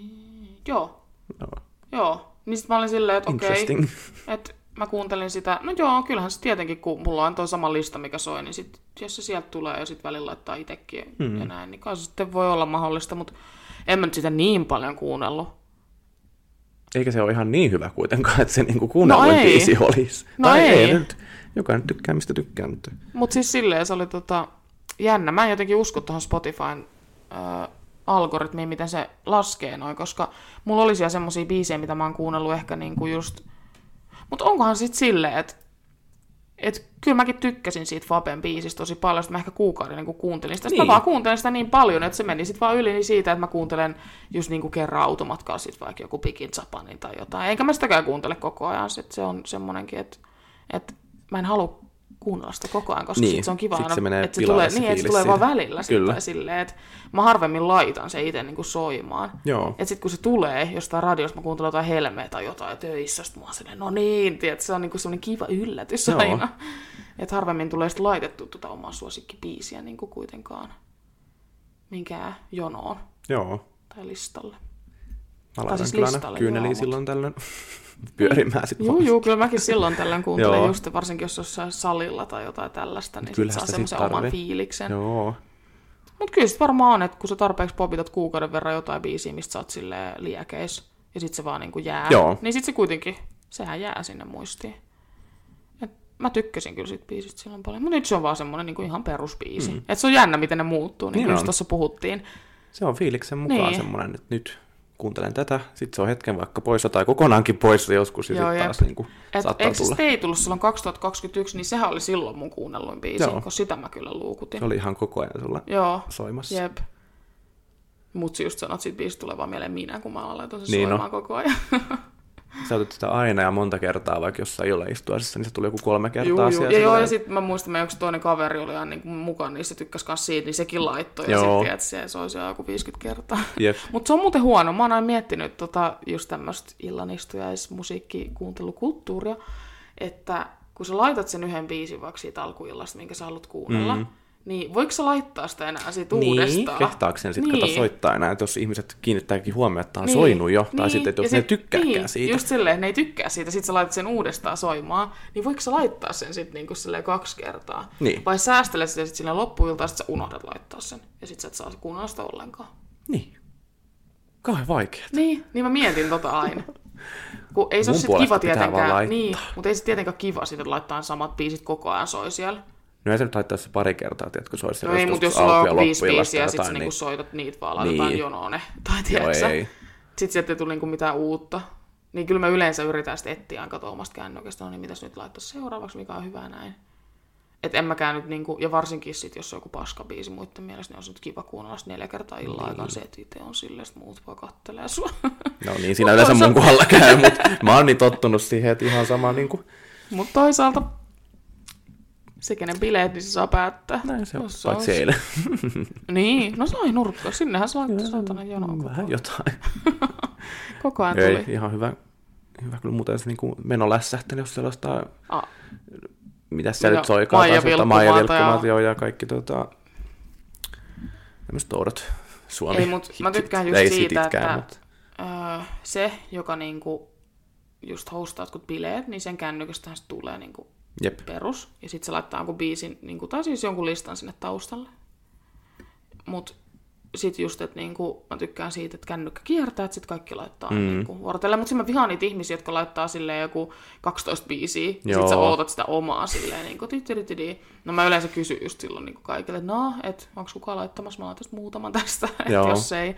Speaker 1: Joo.
Speaker 2: No,
Speaker 1: Joo. Niin sit mä olin silleen, että okei.
Speaker 2: interesting. Okay.
Speaker 1: Et mä kuuntelin sitä, no joo, kyllähän se tietenkin, kun mulla on toi sama lista, mikä soi, niin sit, jos se sieltä tulee ja sitten välillä laittaa itsekin mm.
Speaker 2: Hmm.
Speaker 1: ja näin, niin kai se sitten voi olla mahdollista, mutta en mä nyt sitä niin paljon kuunnellut.
Speaker 2: Eikä se ole ihan niin hyvä kuitenkaan, että se niinku kuunnelluin
Speaker 1: No ei.
Speaker 2: biisi olisi.
Speaker 1: No
Speaker 2: tai
Speaker 1: ei.
Speaker 2: nyt. Joka nyt tykkää, mistä tykkää, mutta
Speaker 1: Mutta siis silleen se oli tota, jännä. Mä en jotenkin usko tuohon Spotifyn ö, algoritmiin, miten se laskee noin, koska mulla oli siellä semmosia biisejä, mitä mä oon kuunnellut ehkä niinku just... Mutta onkohan sit silleen, että et kyllä mäkin tykkäsin siitä Faben biisistä tosi paljon, sit mä ehkä kuukauden niin kuuntelin sitä. Sit
Speaker 2: Niin.
Speaker 1: Mä vaan kuuntelin sitä niin paljon, että se meni sitten vaan yli niin siitä, että mä kuuntelen just niin kuin kerran automatkaa sit vaikka joku Pikin Japanin tai jotain. Eikä mä sitäkään kuuntele koko ajan, sit se on semmonenkin, että et mä en halua kuunnella sitä koko ajan, koska
Speaker 2: Niin,
Speaker 1: sit se on kiva
Speaker 2: sit
Speaker 1: aina,
Speaker 2: se menee
Speaker 1: että se
Speaker 2: pilalle
Speaker 1: tulee,
Speaker 2: se
Speaker 1: niin, että se
Speaker 2: fiilis
Speaker 1: tulee vaan
Speaker 2: siitä.
Speaker 1: välillä sit
Speaker 2: Kyllä.
Speaker 1: tai silleen, että mä harvemmin laitan se itse niin soimaan.
Speaker 2: joo.
Speaker 1: Et sit kun se tulee jostain radiosta, mä kuuntelen jotain helmeä tai jotain töissä, sit mä oon silleen, no niin, tiedät, se on niinku semmonen kiva yllätys
Speaker 2: Joo.
Speaker 1: aina. *laughs* Et harvemmin tulee sit laitettu tota omaa suosikkibiisiä niinku kuitenkaan minkään jonoon
Speaker 2: Joo.
Speaker 1: tai listalle.
Speaker 2: Mä
Speaker 1: siis
Speaker 2: laitan siis kyllä
Speaker 1: listalle,
Speaker 2: aina kyyneliä
Speaker 1: joo,
Speaker 2: silloin tällöin *laughs* pyörimään sitten.
Speaker 1: Juu, juu, kyllä mäkin silloin tällöin kuuntelen
Speaker 2: *laughs* Joo.
Speaker 1: just, varsinkin jos jossain salilla tai jotain tällaista, niin sit
Speaker 2: Kyllähän
Speaker 1: saa
Speaker 2: sitä sit
Speaker 1: semmoisen oman
Speaker 2: tarvii.
Speaker 1: fiiliksen.
Speaker 2: Joo.
Speaker 1: Mutta kyllä sit varmaan on, että kun sä tarpeeksi popitat kuukauden verran jotain biisiä, mistä sä oot silleen liekeis, ja sit se vaan niinku jää,
Speaker 2: Joo.
Speaker 1: niin sit se kuitenkin, sehän jää sinne muistiin. Et mä tykkäsin kyllä siitä biisistä silloin paljon, mutta nyt se on vaan semmonen niinku ihan perusbiisi. Mm. Et se on jännä, miten ne muuttuu, niin
Speaker 2: Niin
Speaker 1: kuin just
Speaker 2: on.
Speaker 1: tuossa puhuttiin.
Speaker 2: Se on fiiliksen mukaan
Speaker 1: Niin.
Speaker 2: niin. semmoinen, että nyt kuuntelen tätä, sitten se on hetken vaikka poissa tai kokonaankin poissa joskus ja
Speaker 1: Joo,
Speaker 2: sitten
Speaker 1: jep.
Speaker 2: taas niin kuin,
Speaker 1: Et
Speaker 2: saattaa
Speaker 1: eikö se
Speaker 2: tulla.
Speaker 1: ei tullut silloin 2021, niin sehän oli silloin mun kuunnelluin biisi,
Speaker 2: Joo.
Speaker 1: koska sitä mä kyllä luukutin.
Speaker 2: Se oli ihan koko ajan sulla
Speaker 1: Joo,
Speaker 2: soimassa.
Speaker 1: jep. Mut sä just sanot, siitä biisistä tulee vaan mieleen minä, kun mä alan laitan sen
Speaker 2: Niin
Speaker 1: soimaan koko ajan.
Speaker 2: Sä otit sitä aina ja monta kertaa, vaikka jossain jollain istuessa, niin se tuli joku kolme kertaa
Speaker 1: Juu, juu.
Speaker 2: siellä.
Speaker 1: Ja joo,
Speaker 2: sellainen-
Speaker 1: ja sitten mä muistan, että yksi toinen kaveri oli aina niin mukana, niin se tykkäsi myös siitä, niin sekin laittoi.
Speaker 2: Joo.
Speaker 1: Joo. Ja sitten se olisi joku 50 kertaa. *laughs*
Speaker 2: Jep.
Speaker 1: Mutta se on muuten huono. Mä oon aina miettinyt tota, just tämmöistä illanistujaismusiikkikuuntelukulttuuria, että kun sä laitat sen yhden biisin vaikka siitä alkuillasta, minkä sä haluat kuunnella, mm. niin voiko sä laittaa sitä enää siitä uudestaan?
Speaker 2: kehtaako sen Niin, sitten niin. soittaa enää, että jos ihmiset kiinnittääkin huomioon, että tää on
Speaker 1: Niin,
Speaker 2: niin. soinut jo, tai sitten, että
Speaker 1: ja
Speaker 2: jos ne ei
Speaker 1: sit-
Speaker 2: tykkääkään
Speaker 1: niin,
Speaker 2: siitä.
Speaker 1: Just silleen, että ne ei tykkää siitä, sit sä laitat sen uudestaan soimaan, niin voiko sä laittaa sen sitten niinku silleen kaksi kertaa?
Speaker 2: Niin.
Speaker 1: Vai säästelet sitä sitten sillä loppuiltaan, sit sä unohdat laittaa sen, ja sit sä et saa kuunnella sitä ollenkaan.
Speaker 2: Niin. Kauhean vaikea.
Speaker 1: Niin, niin mä mietin tota aina. Kun ei se ole
Speaker 2: Mun
Speaker 1: sit
Speaker 2: puolesta
Speaker 1: kiva
Speaker 2: pitää vaan
Speaker 1: tietenkään,
Speaker 2: laittaa.
Speaker 1: niin, mutta ei se tietenkään kiva sit, että laittaa samat biisit koko ajan soi siellä.
Speaker 2: No ei se nyt haittaisi se pari kertaa, tiedätkö, se olisi
Speaker 1: No ei, mutta jos sulla on joku viisi biisiä, ja sit sä niinku soitat niitä vaan, laitetaan
Speaker 2: Niin.
Speaker 1: niin. jonoon ne, tai tiedätkö
Speaker 2: ei.
Speaker 1: Sitten sieltä ei tule niinku mitään uutta. Niin kyllä mä yleensä yritän sitten etsiä aina katsoa omasta kännykästä, no niin mitäs nyt laittaa seuraavaksi, mikä on hyvä näin. Et en mäkään nyt niinku, ja varsinkin sit, jos on joku paskabiisi muiden mielestä, niin on se nyt kiva kuunnella sit neljä kertaa illan niin. aikaan se, että itse on silleen, sit muut vaan kattelee sua. *laughs*
Speaker 2: No niin, siinä yleensä mun kohdalla käy, mutta mä oon niin tottunut siihen, että ihan sama niin
Speaker 1: *laughs*
Speaker 2: kuin,
Speaker 1: Mutta toisaalta se, kenen bileet, niin se saa päättää.
Speaker 2: näin se on,
Speaker 1: Jos *laughs*
Speaker 2: paitsi eilen.
Speaker 1: Niin, no sai nurkka, sinnehän se laittaa satana jonoon. koko
Speaker 2: Vähän
Speaker 1: ajan.
Speaker 2: jotain.
Speaker 1: Koko ajan
Speaker 2: Ei,
Speaker 1: tuli.
Speaker 2: ihan hyvä. Hyvä, kyllä muuten se niin kuin meno lässähteli, jos sellaista,
Speaker 1: Ah,
Speaker 2: mitä se
Speaker 1: Mitä,
Speaker 2: nyt soikaan,
Speaker 1: Maija
Speaker 2: tai
Speaker 1: Vilkkumaata
Speaker 2: Vilkkumaat,
Speaker 1: ja-
Speaker 2: joo, ja kaikki tota, tämmöiset oudot suomi
Speaker 1: Ei, mut mä
Speaker 2: hitit.
Speaker 1: tykkään just
Speaker 2: ei
Speaker 1: siitä,
Speaker 2: sititkään,
Speaker 1: että-
Speaker 2: Mutta,
Speaker 1: Öö, se, joka niinku just hostaa jotkut bileet, niin sen kännykästähän se tulee niinku
Speaker 2: jep,
Speaker 1: perus. Ja sitten se laittaa jonkun biisin, niinku, tai siis jonkun listan sinne taustalle. Mut sit just, että niinku, mä tykkään siitä, että kännykkä kiertää, että sit kaikki laittaa mm. niinku, vuorotellen. Mut sit mä vihaan niitä ihmisiä, jotka laittaa silleen joku 12 biisiä, ja sit sä
Speaker 2: Joo.
Speaker 1: ootat sitä omaa silleen niinku, titiritidi. No mä yleensä kysyn just silloin niinku kaikille, että no, et onks kukaan laittamassa, mä laitan sit muutaman tästä, *laughs*
Speaker 2: Joo.
Speaker 1: että jos ei.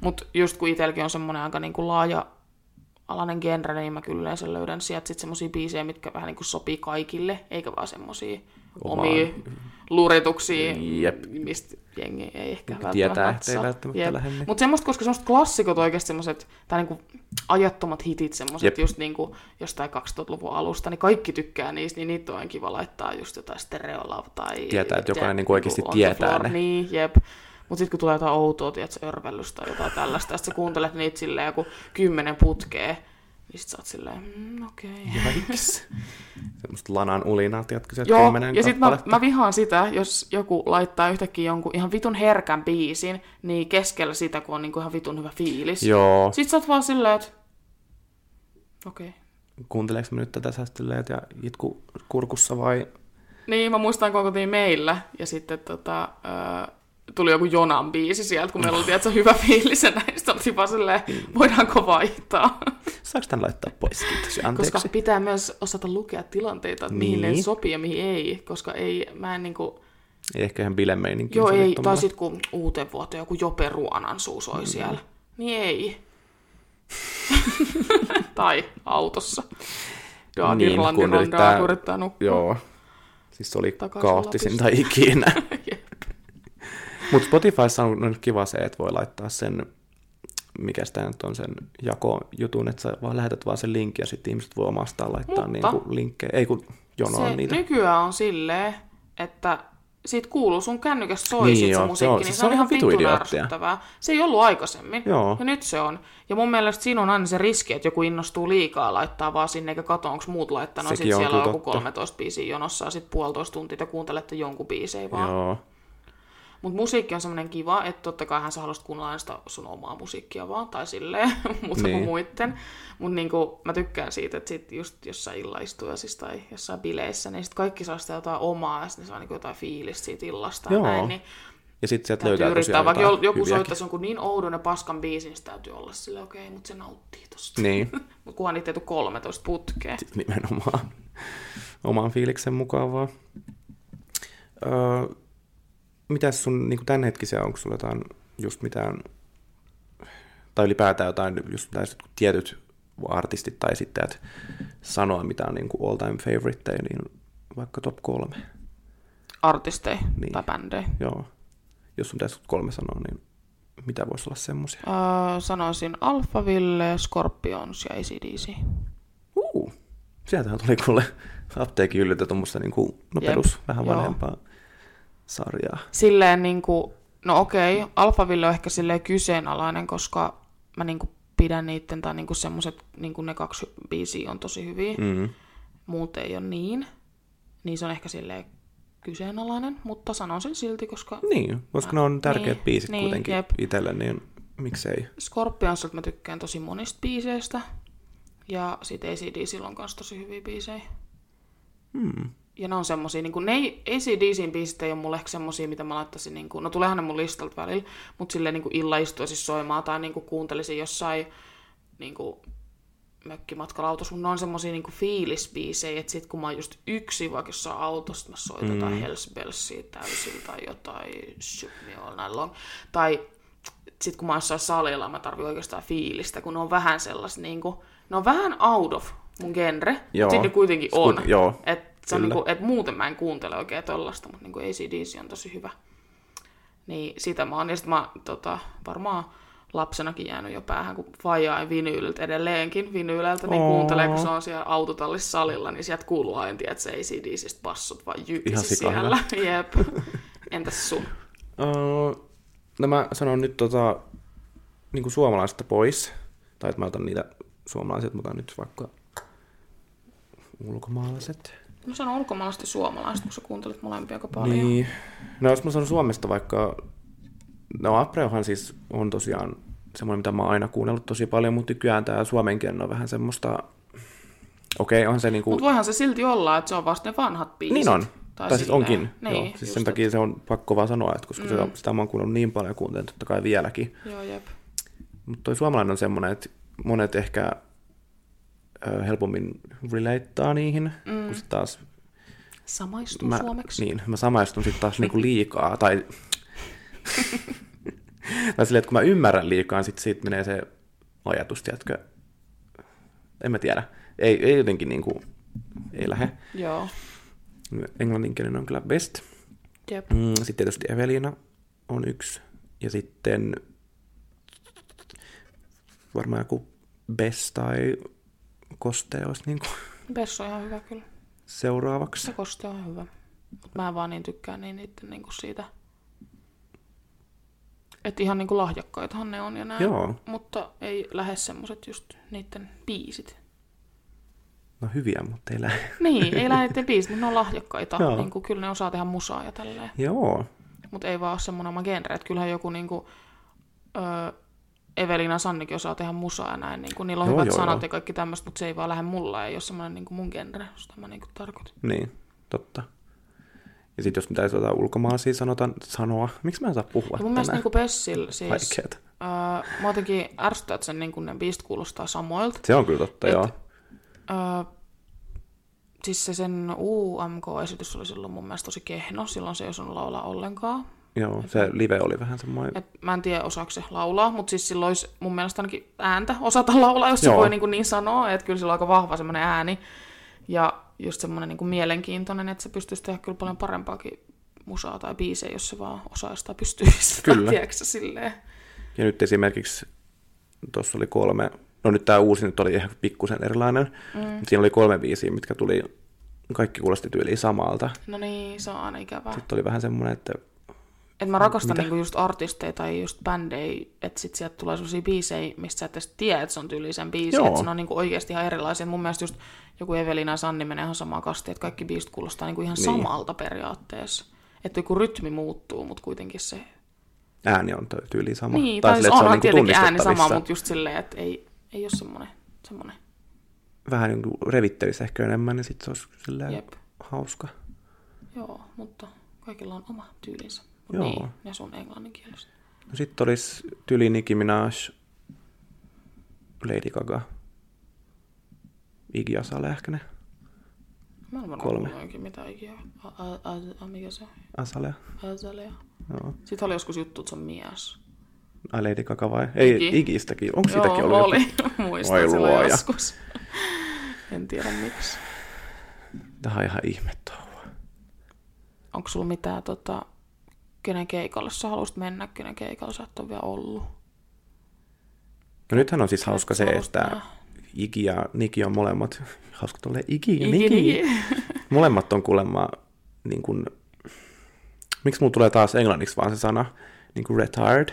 Speaker 1: Mut just kun itselläkin on semmonen aika niinku laaja alainen genre, niin mä kyllä yleensä löydän sieltä sit semmosia biisejä, mitkä vähän niinku sopii kaikille, eikä vaan semmosia
Speaker 2: Omaan.
Speaker 1: omia lurituksia,
Speaker 2: Jep.
Speaker 1: mistä jengi ei ehkä
Speaker 2: Niinku tietää, ettei välttämättä lähde niin.
Speaker 1: Mutta semmoista, koska semmoiset klassikot oikeasti semmoiset, tai niinku ajattomat hitit semmoiset,
Speaker 2: Jep.
Speaker 1: just niinku jostain 2000-luvun alusta, niin kaikki tykkää niistä, niin niitä on aina kiva laittaa just jotain stereolava tai...
Speaker 2: Tietää, että jokainen
Speaker 1: tiedät,
Speaker 2: niinku oikeasti
Speaker 1: on the
Speaker 2: tietää
Speaker 1: floor.
Speaker 2: ne.
Speaker 1: Niin, jep. Mutta sitten kun tulee jotain outoa, tiedätkö, örvellystä tai jotain tällaista, ja sit sä kuuntelet niitä silleen joku kymmenen putkea, niin sit sä oot silleen, mm, okei. Okay.
Speaker 2: Jaiks. Semmoista lanan ulinaa, tiedätkö, sieltä
Speaker 1: *laughs* Joo,
Speaker 2: kymmenen
Speaker 1: ja sitten mä,
Speaker 2: kappaletta.
Speaker 1: mä vihaan sitä, jos joku laittaa yhtäkkiä jonkun ihan vitun herkän biisin, niin keskellä sitä, kun on niinku ihan vitun hyvä fiilis.
Speaker 2: Joo,
Speaker 1: Sitten sä oot vaan silleen, että okei. Okay.
Speaker 2: kuunteleeko mä nyt tätä säästeleet ja itku kurkussa vai...
Speaker 1: Niin, mä muistan, kun oltiin meillä, ja sitten tota, ö, tuli joku Jonan biisi sieltä, kun meillä oli tiedätkö, hyvä fiilis, ja näistä oltiin vaan silleen,
Speaker 2: Mm.
Speaker 1: voidaanko vaihtaa.
Speaker 2: Saanko tämän laittaa pois? Kiitos ja anteeksi.
Speaker 1: Koska pitää myös osata lukea tilanteita, että mihin
Speaker 2: Niin.
Speaker 1: ne sopii ja mihin ei, koska ei, mä en niinku,
Speaker 2: Ei ehkä ihan bilemeininkin.
Speaker 1: Joo, ei. Tai sitten kun uuteen vuoteen joku Jope Ruonan suu
Speaker 2: Mm.
Speaker 1: soi siellä. Niin ei. *laughs* tai autossa. Daadir,
Speaker 2: Niin,
Speaker 1: niin,
Speaker 2: kun
Speaker 1: kun
Speaker 2: yrittää-
Speaker 1: yrittää... nukkua.
Speaker 2: Joo. Siis se oli
Speaker 1: Takaisin
Speaker 2: kaoottisin
Speaker 1: Lapista.
Speaker 2: tai *laughs* ikinä.
Speaker 1: *laughs* Jep.
Speaker 2: Mutta Spotifyssa on nyt kiva se, että voi laittaa sen, mikä sitä nyt on sen jakojutun, että sä vaan lähetät vaan sen linkin ja sitten ihmiset voi omastaan laittaa
Speaker 1: Mutta-
Speaker 2: niinku linkkejä. Ei kun jonoon
Speaker 1: Se
Speaker 2: niitä.
Speaker 1: nykyään on silleen, että siitä kuuluu sun kännykäs soi
Speaker 2: Niin
Speaker 1: niin sit se
Speaker 2: joo, se
Speaker 1: musiikki,
Speaker 2: on-
Speaker 1: niin
Speaker 2: siis
Speaker 1: se on ihan
Speaker 2: vitu
Speaker 1: vitun
Speaker 2: idioottia.
Speaker 1: ärsyttävää. Se ei ollut aikaisemmin,
Speaker 2: Joo.
Speaker 1: ja nyt se on. Ja mun mielestä siinä on aina se riski, että joku innostuu liikaa laittaa vaan sinne, eikä katso, onko muut laittanut.
Speaker 2: Sekin
Speaker 1: Sitten
Speaker 2: on
Speaker 1: siellä on
Speaker 2: kyllä
Speaker 1: joku
Speaker 2: totta.
Speaker 1: 13 biisiä jonossa, ja sitten puolitoista tuntia te kuuntelette jonkun biisei vaan.
Speaker 2: Joo.
Speaker 1: Mutta musiikki on semmoinen kiva, että totta kaihan sä haluaisit kuunnella aina sitä sun omaa musiikkia vaan, tai silleen, *laughs* muuta
Speaker 2: Niin.
Speaker 1: kuin muitten. Mutta niinku, mä tykkään siitä, että sit just jossain illaistujaisissa siis tai jossain bileissä, niin sit kaikki saa sitä jotain omaa, ja sitten saa niinku jotain fiilistä siitä illasta.
Speaker 2: Joo.
Speaker 1: Joo. Näin, niin
Speaker 2: Ja sitten sieltä
Speaker 1: täytyy
Speaker 2: löytää
Speaker 1: yrittää,
Speaker 2: tosiaan
Speaker 1: vaikka
Speaker 2: jotain
Speaker 1: jo- joku
Speaker 2: hyviäkin.
Speaker 1: soittaisi jonkun niin oudon ja paskan biisin, niin sit täytyy olla silleen, okei, okay, mutta se nauttii tosta. *laughs*
Speaker 2: Niin,
Speaker 1: Mut kunhan niitä ei tuu 13 putkeen.
Speaker 2: nimenomaan. Oman fiiliksen mukaan vaan. Öö, mitäs sun niin tämänhetkisiä, onko sulla jotain just mitään, tai ylipäätään jotain just tällaiset tietyt artistit tai sitten että sanoa mitään niin all time favoriteja, niin vaikka top kolme.
Speaker 1: Artisteja
Speaker 2: Niin.
Speaker 1: niin. tai bändejä.
Speaker 2: Joo. Jos sun pitäisi kolme sanoa, niin mitä voisi olla semmosia?
Speaker 1: Öö, sanoisin Alphaville, Scorpions ja ACDC.
Speaker 2: Uh, sieltähän tuli kuule apteekin ylliltä tuommoista niin kuin, no
Speaker 1: Jep,
Speaker 2: perus vähän
Speaker 1: joo.
Speaker 2: vanhempaa sarjaa.
Speaker 1: Silleen niin kuin, no okei, Alphaville on ehkä silleen kyseenalainen, koska mä niin kuin pidän niitten, tai niin kuin semmoset, niin kuin ne kaksi biisiä on tosi hyviä.
Speaker 2: Mm.
Speaker 1: muut ei ole niin, niin se on ehkä silleen kyseenalainen, mutta sanon sen silti, koska
Speaker 2: Niin, koska ne on tärkeät
Speaker 1: Niin,
Speaker 2: biisit
Speaker 1: niin,
Speaker 2: kuitenkin
Speaker 1: jep.
Speaker 2: itselle, niin miksei.
Speaker 1: Scorpionsilta mä tykkään tosi monista biiseistä, ja sit ACDCillä on kanssa tosi hyviä biisejä.
Speaker 2: Hmm.
Speaker 1: Ja ne on semmosia, niin kuin, ne ei, ACDCin biisit ei ole mulle ehkä semmosia, mitä mä laittaisin, niin kuin, no tuleehan ne mun listalta välillä, mutta silleen niin kuin illa istuisin soimaan tai niin kuin kuuntelisin jossain niin kuin, mökkimatkalautas, ne on semmosia niin kuin fiilisbiisejä, että sit kun mä oon just yksin vaikka jossain autossa, mä soitan mm. tai Hells Bellsia täysin tai jotain Shoot Me All Night Long. Tai sit kun mä oon jossain salilla, mä tarvitsen oikeastaan fiilistä, kun ne on vähän sellas niin kuin, ne on vähän out of mun genre,
Speaker 2: Joo.
Speaker 1: mutta sitten ne kuitenkin
Speaker 2: Kun-
Speaker 1: on.
Speaker 2: joo.
Speaker 1: Et se on
Speaker 2: Kyllä.
Speaker 1: niinku, et muuten mä en kuuntele oikein tollasta, mutta niinku ACDC on tosi hyvä. Niin sitä mä oon. Ja sit mä tota, varmaan lapsenakin jäänyt jo päähän, kun vajaa vinyyliltä edelleenkin vinyyleiltä, niin
Speaker 2: Oo.
Speaker 1: kuuntelee, kun se on siellä autotallissa salilla, niin sieltä kuuluu aina, että se ACDCistä bassot vai
Speaker 2: Ihan
Speaker 1: jykisi
Speaker 2: sikahyvä.
Speaker 1: siellä. *laughs* Jep. Entäs sun?
Speaker 2: Öö, no mä sanon nyt tota, niin kuin suomalaisista pois, tai että mä otan niitä suomalaiset, että mä otan nyt vaikka ulkomaalaiset.
Speaker 1: Mä sanon ulkomaalaisesti suomalaista, kun sä kuuntelet molempia aika paljon. Niin.
Speaker 2: Niin. No jos mä sanon Suomesta vaikka, no Apreohan siis on tosiaan semmoinen, mitä mä oon aina kuunnellut tosi paljon, mutta nykyään tää suomen kielinen on vähän semmoista, okei, on se niinku...
Speaker 1: Mutta voihan se silti olla, että se on vasta ne vanhat biisit.
Speaker 2: Niin on. Tai,
Speaker 1: Tai,
Speaker 2: tai siis
Speaker 1: silleen.
Speaker 2: onkin.
Speaker 1: Niin,
Speaker 2: Niin, Joo. Siis sen
Speaker 1: just,
Speaker 2: takia se on pakko vaan sanoa, että koska mm. sitä, sitä mä oon kuunnellut niin paljon kuuntelen totta kai vieläkin.
Speaker 1: et- Joo, jep.
Speaker 2: Mutta toi suomalainen on semmoinen, että monet ehkä ö, helpommin relateaa niihin, mm. kun sit taas...
Speaker 1: Samaistuu mä, suomeksi.
Speaker 2: Niin, mä samaistun sitten taas niinku liikaa, tai... tai silleen, että kun mä ymmärrän liikaa, sitten siitä menee se ajatus, tiedätkö? En mä tiedä. Ei, ei jotenkin niinku... Ei lähe.
Speaker 1: Niin. Joo.
Speaker 2: Englanninkielinen on kyllä best.
Speaker 1: Jep.
Speaker 2: Mm, sitten tietysti Evelina on yksi. Ja sitten varmaan joku Best tai Koste olisi niin kuin
Speaker 1: Bessu on ihan hyvä kyllä.
Speaker 2: seuraavaksi.
Speaker 1: Se koste on hyvä. Mut mä en vaan niin tykkään niin niitten niinku siitä. Että ihan niinku lahjakkaitahan ne on ja näin.
Speaker 2: Joo.
Speaker 1: Mutta ei lähde semmoset just niitten biisit.
Speaker 2: No hyviä, mutta ei lähde.
Speaker 1: Niin, ei lähde niitten biisit, mutta ne on lahjakkaita.
Speaker 2: Joo.
Speaker 1: Niinku, kyllä ne osaa tehdä musaa ja tälleen.
Speaker 2: *laughs* Joo.
Speaker 1: Mutta ei vaan ole semmoinen oma genre. Että kyllähän joku niinku, ö, Evelina Sannikin osaa tehdä musaa ja näin. Niinku, niillä on
Speaker 2: Joo,
Speaker 1: joo, hyvät
Speaker 2: joo,
Speaker 1: joo, sanat
Speaker 2: joo.
Speaker 1: joo. ja kaikki tämmöistä, mutta se ei vaan lähde mulla. Ei ole semmoinen niinku mun genre. Sitä mä niinku tarkoitan.
Speaker 2: Niin, totta. Ja sitten jos pitäisi jotain ulkomaalaisia sanota, sanoa, miksi mä en saa puhua
Speaker 1: Ja mun mielestä niinku Pessil siis...
Speaker 2: Vaikeeta.
Speaker 1: Öö, mä jotenkin ärsyttää, että sen niin kun ne biisit kuulostaa samoilta.
Speaker 2: Se on kyllä totta,
Speaker 1: Et-
Speaker 2: joo.
Speaker 1: Öö, siis se sen UMK-esitys oli silloin mun mielestä tosi kehno. Silloin se ei osannut laulaa ollenkaan.
Speaker 2: Joo, se live oli vähän semmoinen.
Speaker 1: Et mä en tiedä, osaako se laulaa, mutta siis silloin olisi mun mielestä ainakin ääntä osata laulaa, jos
Speaker 2: Joo.
Speaker 1: se voi niin, kuin niin sanoa. Että kyllä sillä on aika vahva semmoinen ääni. Ja just semmoinen niin kuin mielenkiintoinen, että se pystyisi tehdä kyllä paljon parempaakin musaa tai biisejä, jos se vaan osaisi tai pystyisi. *laughs*
Speaker 2: Kyllä.
Speaker 1: Tiedätkö, sä, silleen.
Speaker 2: Ja nyt esimerkiksi tuossa oli kolme, no nyt tämä uusi nyt oli ihan pikkusen erilainen, mm. siinä oli kolme biisiä, mitkä tuli, kaikki kuulosti tyyliin samalta.
Speaker 1: No niin, se on aina ikävää.
Speaker 2: Sitten oli vähän semmoinen, että
Speaker 1: Et mä rakastan niinku just artisteja tai just bändejä, että sit sieltä tulee sellaisia biisejä, mistä sä et edes tiedä, että se on tyyli sen biisi,
Speaker 2: Joo.
Speaker 1: että ne on niinku oikeasti ihan erilaisia. Et Mun mielestä just joku Evelina ja Sanni menee ihan samaan kastiin, että kaikki biisit kuulostaa niinku ihan niin. samalta periaatteessa. Että joku rytmi muuttuu, mutta kuitenkin se...
Speaker 2: ääni on toi- tyyliin sama.
Speaker 1: Niin, tai, siis
Speaker 2: että niinku
Speaker 1: onhan on tietenkin ääni sama,
Speaker 2: tunnistettavissa.
Speaker 1: mutta just silleen, että ei, ei ole semmoinen. semmoinen.
Speaker 2: Vähän niin kuin revittelisi ehkä enemmän, niin sitten se olisi silleen
Speaker 1: Jep.
Speaker 2: hauska.
Speaker 1: Joo, mutta kaikilla on oma tyylinsä. Mut
Speaker 2: Joo.
Speaker 1: Niin, ja sun englanninkielistä.
Speaker 2: No sitten olisi tyyli Nicki Minaj, Lady Gaga, Iggy Azalea-ehkä
Speaker 1: Mä en varmaan
Speaker 2: Kolme.
Speaker 1: kuullut oikein mitä ikinä. A, a, a, a, mikä se on?
Speaker 2: Azalea,
Speaker 1: Azalea.
Speaker 2: joo.
Speaker 1: Sitten oli joskus juttu, että se on mies.
Speaker 2: Ai Lady Gaga vai? Ei,
Speaker 1: Iggy.
Speaker 2: Iggystäkin. Onko
Speaker 1: Joo,
Speaker 2: siitäkin ollut? joku-
Speaker 1: oli. *laughs* Muistan
Speaker 2: Voi
Speaker 1: silloin
Speaker 2: luoja.
Speaker 1: joskus. *laughs* En tiedä miksi.
Speaker 2: Tämä on ihan ihmettä.
Speaker 1: Onko sulla mitään tota, kenen keikalle sä haluaisit mennä, kenen keikalla sä et ole vielä ollut.
Speaker 2: No nythän on siis hauska se,
Speaker 1: haluaisit
Speaker 2: että
Speaker 1: nähdä?
Speaker 2: Iki ja Niki on molemmat, *laughs* hauska tulee Iki ja
Speaker 1: Iki,
Speaker 2: Niki,
Speaker 1: Niki.
Speaker 2: molemmat on kuulemma, niin kuin, miksi mulla tulee taas englanniksi vaan se sana, niin kuin retired.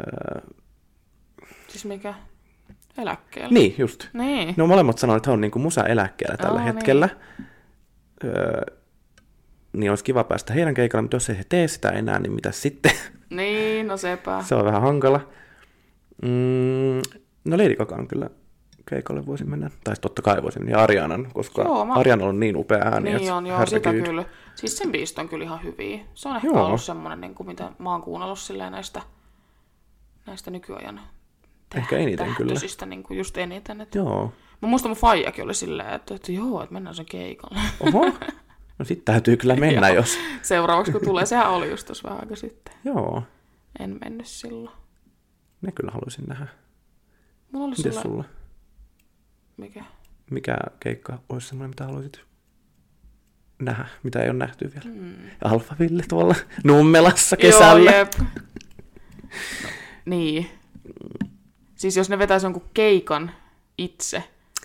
Speaker 2: Öö,
Speaker 1: Siis mikä? Eläkkeellä.
Speaker 2: niin, just.
Speaker 1: Niin.
Speaker 2: Ne on molemmat sanoneet, että he on niin kuin musaeläkkeellä tällä
Speaker 1: Aa, niin.
Speaker 2: hetkellä. Öö, niin olisi kiva päästä heidän keikalle, mutta jos ei he tee sitä enää, niin mitä sitten?
Speaker 1: Niin, no sepä.
Speaker 2: Se on vähän hankala. Mm, no Lady Gaga on kyllä keikalle voisin mennä. Tai totta kai voisin mennä. Ja Arianan, koska
Speaker 1: Joo, mä-
Speaker 2: Ariana on niin upea ääni.
Speaker 1: Niin
Speaker 2: että
Speaker 1: on, joo, sitä
Speaker 2: herregud.
Speaker 1: kyllä. Siis sen biisit on kyllä ihan hyviä. Se on ehkä
Speaker 2: Joo.
Speaker 1: joo. ollut semmoinen, niin kuin mitä mä oon kuunnellut silleen näistä, näistä nykyajan tä-
Speaker 2: Ehkä eniten kyllä.
Speaker 1: tähtöisistä Niin kuin just eniten. Että...
Speaker 2: Joo.
Speaker 1: Mä muistan mun faijakin oli silleen, että, että joo, että mennään sen keikalle.
Speaker 2: Oho. No sit täytyy kyllä mennä, jos...
Speaker 1: *laughs* Seuraavaksi kun tulee, sehän oli just tuossa vähän aika sitten.
Speaker 2: Joo.
Speaker 1: En mennyt silloin.
Speaker 2: Ne kyllä haluaisin nähdä.
Speaker 1: Mulla oli
Speaker 2: Mites
Speaker 1: silloin...
Speaker 2: sulla?
Speaker 1: Mikä?
Speaker 2: Mikä keikka olisi semmoinen, mitä haluaisit nähdä, mitä ei ole nähty vielä? Mm. Alfaville tuolla Nummelassa kesällä.
Speaker 1: Joo, jep. No, niin. Siis jos ne vetäisi jonkun keikan itse,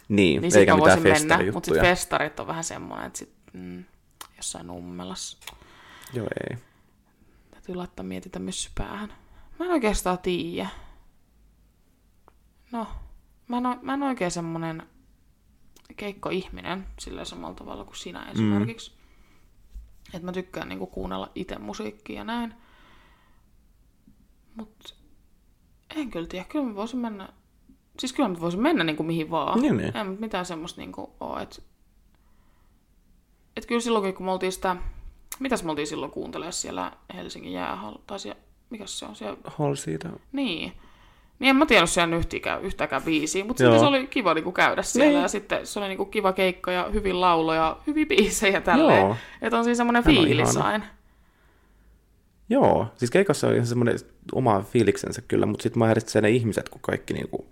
Speaker 2: niin,
Speaker 1: niin
Speaker 2: eikä
Speaker 1: sitten
Speaker 2: mitään
Speaker 1: voisin mennä. Mutta
Speaker 2: festarijuttuja.
Speaker 1: sitten festarit on vähän semmoinen, että sit, mm, jossain nummelassa.
Speaker 2: Joo, ei.
Speaker 1: Täytyy laittaa mietitä myssy päähän. Mä en oikeastaan tiedä. No, mä en, oo- mä en oikein semmonen keikkoihminen sillä samalla tavalla kuin sinä esimerkiksi. Mm. Että mä tykkään niinku kuunnella itse musiikkia ja näin. Mut en kyllä tiedä, kyllä mä voisin mennä, siis kyllä mä voisin mennä niinku mihin vaan.
Speaker 2: Niin, niin.
Speaker 1: En mut mitään semmoista niinku oo, et, et kyllä silloin kun me oltiin sitä, mitäs me oltiin silloin kuuntelemaan siellä Helsingin jäähall, tai siellä, mikäs se on siellä
Speaker 2: Hall siitä.
Speaker 1: niin. Niin en mä tiedä siellä yhtikään, yhtäkään biisiä, mutta silti
Speaker 2: Joo.
Speaker 1: se oli kiva niinku käydä siellä
Speaker 2: Niin.
Speaker 1: niin. ja sitten se oli niinku kiva keikka ja hyvin laulo ja hyviä biisejä tälleen.
Speaker 2: Joo.
Speaker 1: Että on siinä semmoinen
Speaker 2: Hän on
Speaker 1: fiilis
Speaker 2: ihana.
Speaker 1: aina.
Speaker 2: Joo, siis keikassa on ihan semmoinen oma fiiliksensä kyllä, mutta sitten mä häiritsee ne ihmiset, kun kaikki niinku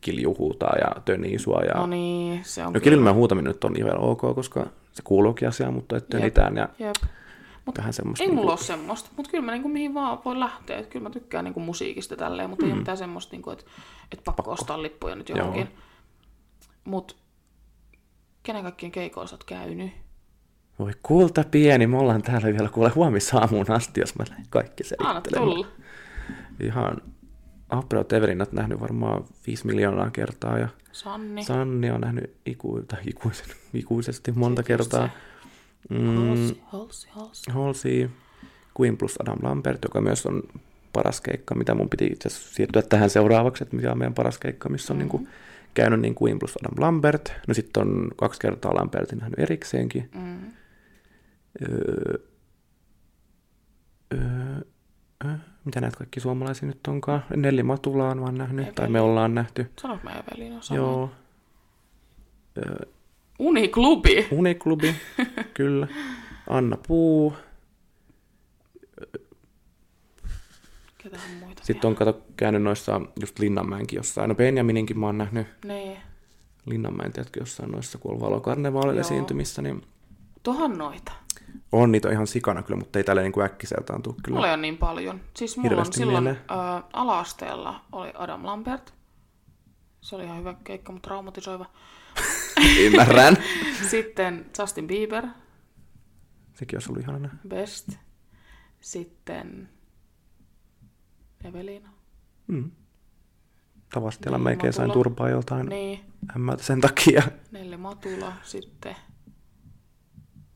Speaker 2: kilju huutaa ja tönii sua. Ja...
Speaker 1: No
Speaker 2: No,
Speaker 1: niin, se on
Speaker 2: no kilmän huutaminen nyt on ihan ok, koska se kuuluukin asiaan, mutta että
Speaker 1: Jep.
Speaker 2: tönitään ja
Speaker 1: Jep. Mut
Speaker 2: vähän semmoista.
Speaker 1: Ei
Speaker 2: niinku-
Speaker 1: mulla ole semmoista, mutta kyllä mä niinku mihin vaan voi lähteä. Et kyllä mä tykkään niinku musiikista tälleen, mutta mm. ei ole mitään semmoista, niinku, että et pakko, pakko ostaa lippuja nyt
Speaker 2: Joo.
Speaker 1: johonkin. Mutta kenen kaikkien keikoilla sä oot käynyt?
Speaker 2: Voi kulta pieni, me ollaan täällä vielä kuule huomisaamuun asti, jos mä lähden kaikki
Speaker 1: Anna
Speaker 2: selittelemään.
Speaker 1: tulla.
Speaker 2: Ihan April Teverinat nähnyt varmaan 5 miljoonaa kertaa ja
Speaker 1: Sanni.
Speaker 2: Sanni on nähnyt iku... tai ikuisen, ikuisesti monta
Speaker 1: Siis
Speaker 2: kertaa. Mm,
Speaker 1: Halsi, halsi, halsi.
Speaker 2: Halsey, Queen plus Adam Lambert, joka myös on paras keikka, mitä mun piti itse asiassa siirtyä tähän seuraavaksi, että mikä on meidän paras keikka, missä on mm-hmm. niin kuin käynyt niin Queen plus Adam Lambert. No sitten on kaksi kertaa Lambertin nähnyt erikseenkin.
Speaker 1: Mm.
Speaker 2: Öö, öö, öö, mitä näitä kaikki suomalaisia nyt onkaan? Nelli Matula on vaan nähnyt, tai me ollaan nähty.
Speaker 1: Sanoinko mä Evelina? Joo.
Speaker 2: Joo. Öö,
Speaker 1: Uniklubi.
Speaker 2: Uniklubi, kyllä. Anna Puu.
Speaker 1: Ketähän muita
Speaker 2: Sitten on kato käynyt noissa just Linnanmäenkin jossain. No Benjamininkin mä oon nähnyt
Speaker 1: vielä? Niin.
Speaker 2: Linnanmäen, tiedätkö, jossain noissa, kun on valokarnevaalilla
Speaker 1: Joo.
Speaker 2: esiintymissä, niin
Speaker 1: Tohan noita.
Speaker 2: on niitä ihan sikana kyllä, mutta ei tälleen niin kuin äkkiseltään tule kyllä.
Speaker 1: Mulla ei ole niin paljon. Siis mulla
Speaker 2: Hirveästi
Speaker 1: on silloin ö,
Speaker 2: mieleen.
Speaker 1: ala-asteella oli Adam Lambert. Se oli ihan hyvä keikka, mutta traumatisoiva.
Speaker 2: *laughs* *laughs* Ymmärrän.
Speaker 1: Sitten Justin Bieber,
Speaker 2: Sekin olisi ollut ihana nähdä.
Speaker 1: Best. Sitten Evelina.
Speaker 2: Mm. Tavasti niin,
Speaker 1: Niin,
Speaker 2: melkein sain
Speaker 1: Matula.
Speaker 2: turpaa joltain niin.
Speaker 1: Niin,
Speaker 2: ämmältä sen takia. *laughs*
Speaker 1: Nelle Matula, sitten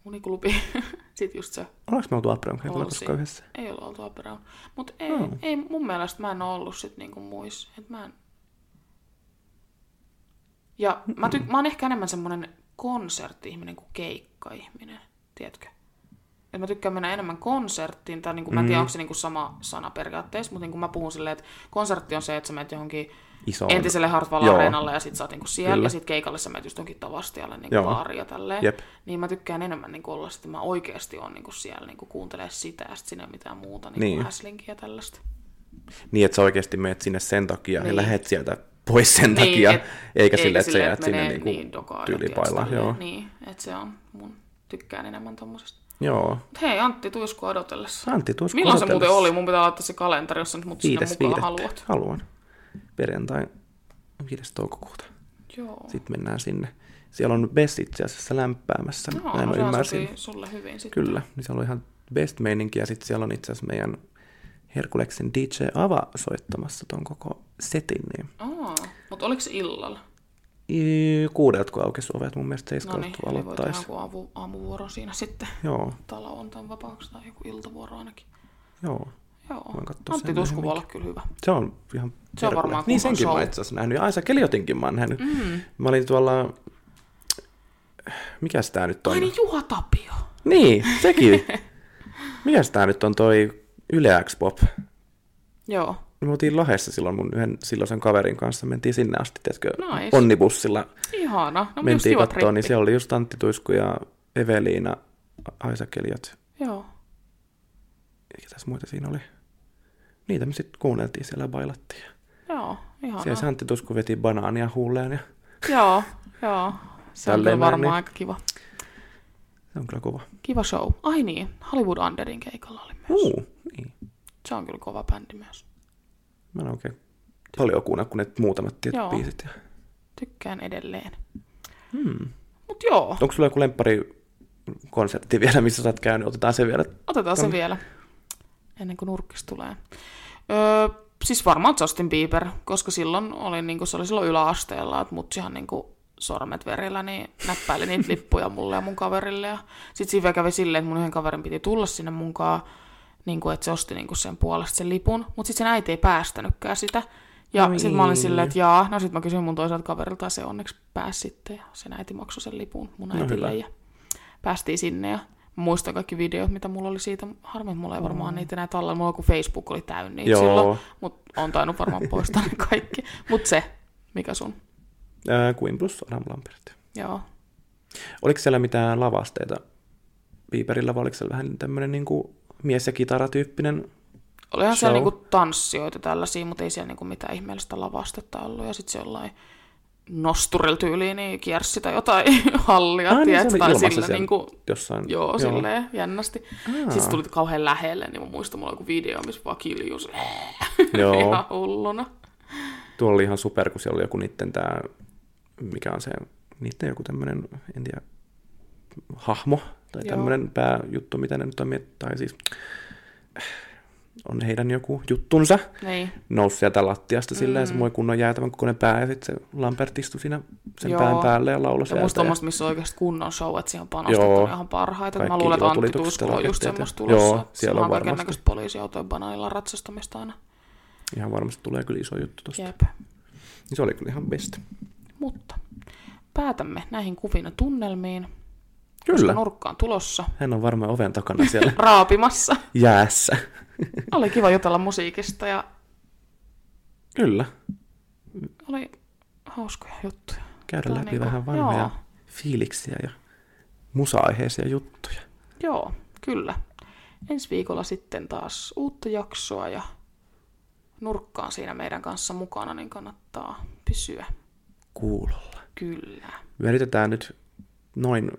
Speaker 1: Uniklubi, *laughs* sitten just se
Speaker 2: Ollaanko me oltu Aprion keikolla
Speaker 1: Oltiin.
Speaker 2: koskaan yhdessä?
Speaker 1: Ei ollut oltu Aperoon. Mutta ei,
Speaker 2: Joo.
Speaker 1: ei, mun mielestä mä en ole ollut sit niinku muissa. Et mä en... Ja mä, ty- mä oon ehkä enemmän semmonen konsertti-ihminen kuin keikka-ihminen, tiedätkö? Et mä tykkään mennä enemmän konserttiin, tai niinku, mä en tiedä, onko se niinku sama sana periaatteessa, mutta niinku mä puhun silleen, että konsertti on se, että sä menet johonkin
Speaker 2: Iso on.
Speaker 1: entiselle Hartwall
Speaker 2: Joo.
Speaker 1: Areenalle ja sit sä oot niinku siellä,
Speaker 2: Kyllä.
Speaker 1: ja sit keikalle sä menet just johonkin tavastialle niinku
Speaker 2: Joo.
Speaker 1: baariin ja tälleen.
Speaker 2: Jep.
Speaker 1: Niin mä tykkään enemmän niin olla, että mä oikeasti on niin siellä niin kuuntelee sitä ja sit sinne mitään muuta niin,
Speaker 2: Niin.
Speaker 1: niin. häslinkiä ja tällaista.
Speaker 2: Niin, että sä oikeasti menet sinne sen takia niin. ja
Speaker 1: Niin.
Speaker 2: lähet sieltä pois *laughs* sen niin, takia, et, eikä sille, että sä jäät sinne
Speaker 1: menee
Speaker 2: niinku
Speaker 1: dokaan ja Niin,
Speaker 2: tyylipailla.
Speaker 1: tietysti
Speaker 2: Joo.
Speaker 1: tälleen. Niin, että se on mun tykkään enemmän tommosesta.
Speaker 2: Joo.
Speaker 1: Mut Hei Antti, tuisku odotellessa.
Speaker 2: Antti, tuossa
Speaker 1: Milloin se muuten oli? Mun pitää laittaa se kalenteri, jos sä nyt mut sinne
Speaker 2: Viides
Speaker 1: mukaan
Speaker 2: viidettä.
Speaker 1: haluat.
Speaker 2: Haluan. Perjantai 5. toukokuuta.
Speaker 1: Joo.
Speaker 2: Sitten mennään sinne. Siellä on Bess itse asiassa lämpäämässä.
Speaker 1: Joo,
Speaker 2: Näin mä
Speaker 1: sehän
Speaker 2: ymmärsin.
Speaker 1: sopii sulle hyvin sitten.
Speaker 2: Kyllä, niin siellä on ihan best meininki ja sitten siellä on itse asiassa meidän Herkuleksen DJ Ava soittamassa ton koko setin, niin
Speaker 1: Aa, mutta oliko se illalla?
Speaker 2: I- kuudelta kun aukesi ovet, mun mielestä
Speaker 1: No
Speaker 2: seiskalta
Speaker 1: niin,
Speaker 2: kun
Speaker 1: eli voi tehdä
Speaker 2: aloittaisi.
Speaker 1: joku aamu, aamuvuoro siinä
Speaker 2: *laughs*
Speaker 1: sitten.
Speaker 2: Joo,
Speaker 1: Talo on tämän vapaaksi tai joku iltavuoro ainakin.
Speaker 2: joo.
Speaker 1: Joo.
Speaker 2: Voin katsoa
Speaker 1: Antti
Speaker 2: sen
Speaker 1: Tusku voi olla kyllä hyvä.
Speaker 2: Se on ihan
Speaker 1: Se on varmaan
Speaker 2: Herkules.
Speaker 1: kunnon
Speaker 2: Niin senkin
Speaker 1: show.
Speaker 2: mä itse asiassa nähnyt. Ja Aisa Keliotinkin mä oon nähnyt. Mm. Mä olin tuolla... Mikäs tää nyt on?
Speaker 1: Ai niin, Juha Tapio.
Speaker 2: Niin, sekin. Mikäs tää nyt on toi Yle X-Pop?
Speaker 1: Joo.
Speaker 2: Me oltiin Lahdessa silloin mun yhden silloisen kaverin kanssa, mentiin sinne asti, tiedätkö,
Speaker 1: Nice.
Speaker 2: onnibussilla
Speaker 1: Ihana. No just
Speaker 2: mentiin
Speaker 1: kiva
Speaker 2: kattoon, niin
Speaker 1: tretti.
Speaker 2: siellä oli just Antti Tuisku ja Eveliina, A- Aisa Keliot,
Speaker 1: Joo.
Speaker 2: ja ketäs muita siinä oli. Niitä me sitten kuunneltiin siellä ja bailattiin.
Speaker 1: Joo, ihana.
Speaker 2: Siellä se Antti Tuisku veti banaania huuleen ja
Speaker 1: Joo, joo. Se on
Speaker 2: Tälleen
Speaker 1: kyllä
Speaker 2: näin,
Speaker 1: varmaan
Speaker 2: niin.
Speaker 1: aika kiva.
Speaker 2: se on kyllä kova.
Speaker 1: Kiva show. Ai niin, Hollywood Underin keikalla oli myös.
Speaker 2: Uu, niin.
Speaker 1: Se on kyllä kova bändi myös.
Speaker 2: Mä en oikein paljon kuunnellut kuin ne muutamat tietyt
Speaker 1: Joo.
Speaker 2: biisit. Ja...
Speaker 1: Tykkään edelleen.
Speaker 2: Hmm.
Speaker 1: Mut joo,
Speaker 2: Onko sulla joku lemppari konsertti vielä, missä sä oot käynyt? Otetaan se vielä.
Speaker 1: otetaan se
Speaker 2: Tom-
Speaker 1: vielä. Ennen kuin nurkkis tulee. Öö, siis varmaan Justin Bieber, koska silloin oli, niinku, se oli silloin yläasteella, että mutsihan niinku, sormet verillä, niin näppäili niitä
Speaker 2: *laughs*
Speaker 1: lippuja mulle ja mun kaverille. Ja sit siinä vielä kävi silleen, että mun yhden kaverin piti tulla sinne munkaan, niinku, että se osti niinku, sen puolesta sen lipun. Mutta sitten sen äiti ei päästänytkään sitä. Ja
Speaker 2: Oi.
Speaker 1: sitten mä olin silleen, että jaa, no sitten mä kysyin mun toiselta kaverilta, ja se onneksi pääsi sitten, ja sen äiti maksoi sen lipun mun
Speaker 2: No
Speaker 1: äitille, ja
Speaker 2: hyvä.
Speaker 1: päästiin sinne, ja mä muistan kaikki videot, mitä mulla oli siitä, harmi, että mulla ei varmaan niitä enää tallella, mulla kun Facebook oli täynnä niitä
Speaker 2: Mm. Joo.
Speaker 1: silloin, mutta on tainnut varmaan poistaa ne kaikki, mutta se, mikä sun,
Speaker 2: Ää, äh, Queen plus Adam Lambert.
Speaker 1: joo,
Speaker 2: Oliko siellä mitään lavasteita Bieberillä vai oliko siellä vähän tämmöinen niin kuin mies- ja kitaratyyppinen?
Speaker 1: olihan siellä
Speaker 2: Show.
Speaker 1: niinku tanssijoita tällaisia, mutta ei siellä niinku mitään ihmeellistä lavastetta ollut, ja sitten se jollain nosturilla tyyliin, niin kiersi sitä jotain *laughs* hallia,
Speaker 2: Ah, niin, se
Speaker 1: tiedätkö, tai
Speaker 2: oli ilmassa
Speaker 1: sillä
Speaker 2: siellä.
Speaker 1: niinku,
Speaker 2: Jossain.
Speaker 1: Joo, joo, silleen jännästi.
Speaker 2: Aa.
Speaker 1: Sitten tuli kauhean lähelle, niin mä muistan, mulla oli joku video, missä vaan kiljus.
Speaker 2: *laughs*
Speaker 1: *laughs*
Speaker 2: Joo.
Speaker 1: Ihan hulluna.
Speaker 2: Tuolla oli ihan super, kun siellä oli joku niitten tää, mikä on se, niitten joku tämmöinen, en tiedä, hahmo tai
Speaker 1: Joo.
Speaker 2: tämmöinen pääjuttu, mitä ne nyt on miet- tai siis äh, on heidän joku juttunsa
Speaker 1: Niin.
Speaker 2: noussut sieltä lattiasta silleen, mm. semmoinen kunnon jäätävän kokoinen pää, ja sitten se Lampert istui siinä sen
Speaker 1: Joo.
Speaker 2: Joo. pään päälle ja lauloi
Speaker 1: Ja
Speaker 2: sieltä.
Speaker 1: musta tuommoista, missä on oikeasti kunnon show, että siihen on panostettu
Speaker 2: Joo.
Speaker 1: ne ihan parhaita. Mä
Speaker 2: Kaikki
Speaker 1: luulen, että Antti
Speaker 2: ilotulitukset
Speaker 1: Tuiskulla on
Speaker 2: ja
Speaker 1: just
Speaker 2: rakenteet ja-
Speaker 1: semmoista tulossa.
Speaker 2: Joo,
Speaker 1: että
Speaker 2: siellä on
Speaker 1: on
Speaker 2: varmasti.
Speaker 1: kaikennäköistä poliisiautojen banailla ratsastamista aina.
Speaker 2: Ihan varmasti tulee kyllä iso juttu tosta.
Speaker 1: Jep.
Speaker 2: Niin se oli kyllä ihan best.
Speaker 1: Mutta päätämme näihin kuvina tunnelmiin.
Speaker 2: Kyllä.
Speaker 1: Nurkkaan tulossa.
Speaker 2: Hän on varmaan oven takana
Speaker 1: *laughs*
Speaker 2: siellä *laughs*
Speaker 1: Raapimassa.
Speaker 2: jäässä.
Speaker 1: Oli kiva jutella musiikista ja
Speaker 2: Kyllä.
Speaker 1: oli hauskoja juttuja.
Speaker 2: Käydä
Speaker 1: Tää on
Speaker 2: läpi
Speaker 1: niinku-
Speaker 2: vähän vanhoja
Speaker 1: joo.
Speaker 2: fiiliksiä ja musa-aiheisia juttuja.
Speaker 1: Joo, kyllä. Ensi viikolla sitten taas uutta jaksoa ja nurkkaan siinä meidän kanssa mukana, niin kannattaa pysyä.
Speaker 2: Kuulolla.
Speaker 1: Kyllä.
Speaker 2: Me yritetään nyt noin,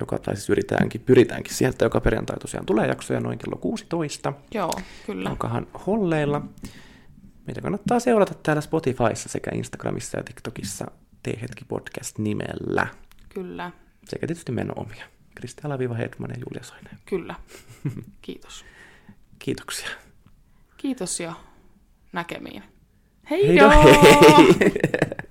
Speaker 2: joka, tai siis yritetäänkin, pyritäänkin siihen, että joka perjantai tosiaan tulee jaksoja noin kello 16.
Speaker 1: Joo, kyllä.
Speaker 2: Olkahan holleilla. Meitä kannattaa seurata täällä Spotifyssa sekä Instagramissa ja TikTokissa T-hetki podcast nimellä.
Speaker 1: Kyllä,
Speaker 2: Sekä tietysti meidän omia. Kristiala-Hetman ja Julia Soinen.
Speaker 1: kyllä. Kiitos.
Speaker 2: Kiitoksia.
Speaker 1: Kiitos ja näkemiin.
Speaker 2: Hei, no,
Speaker 1: Heidoo!
Speaker 2: hei.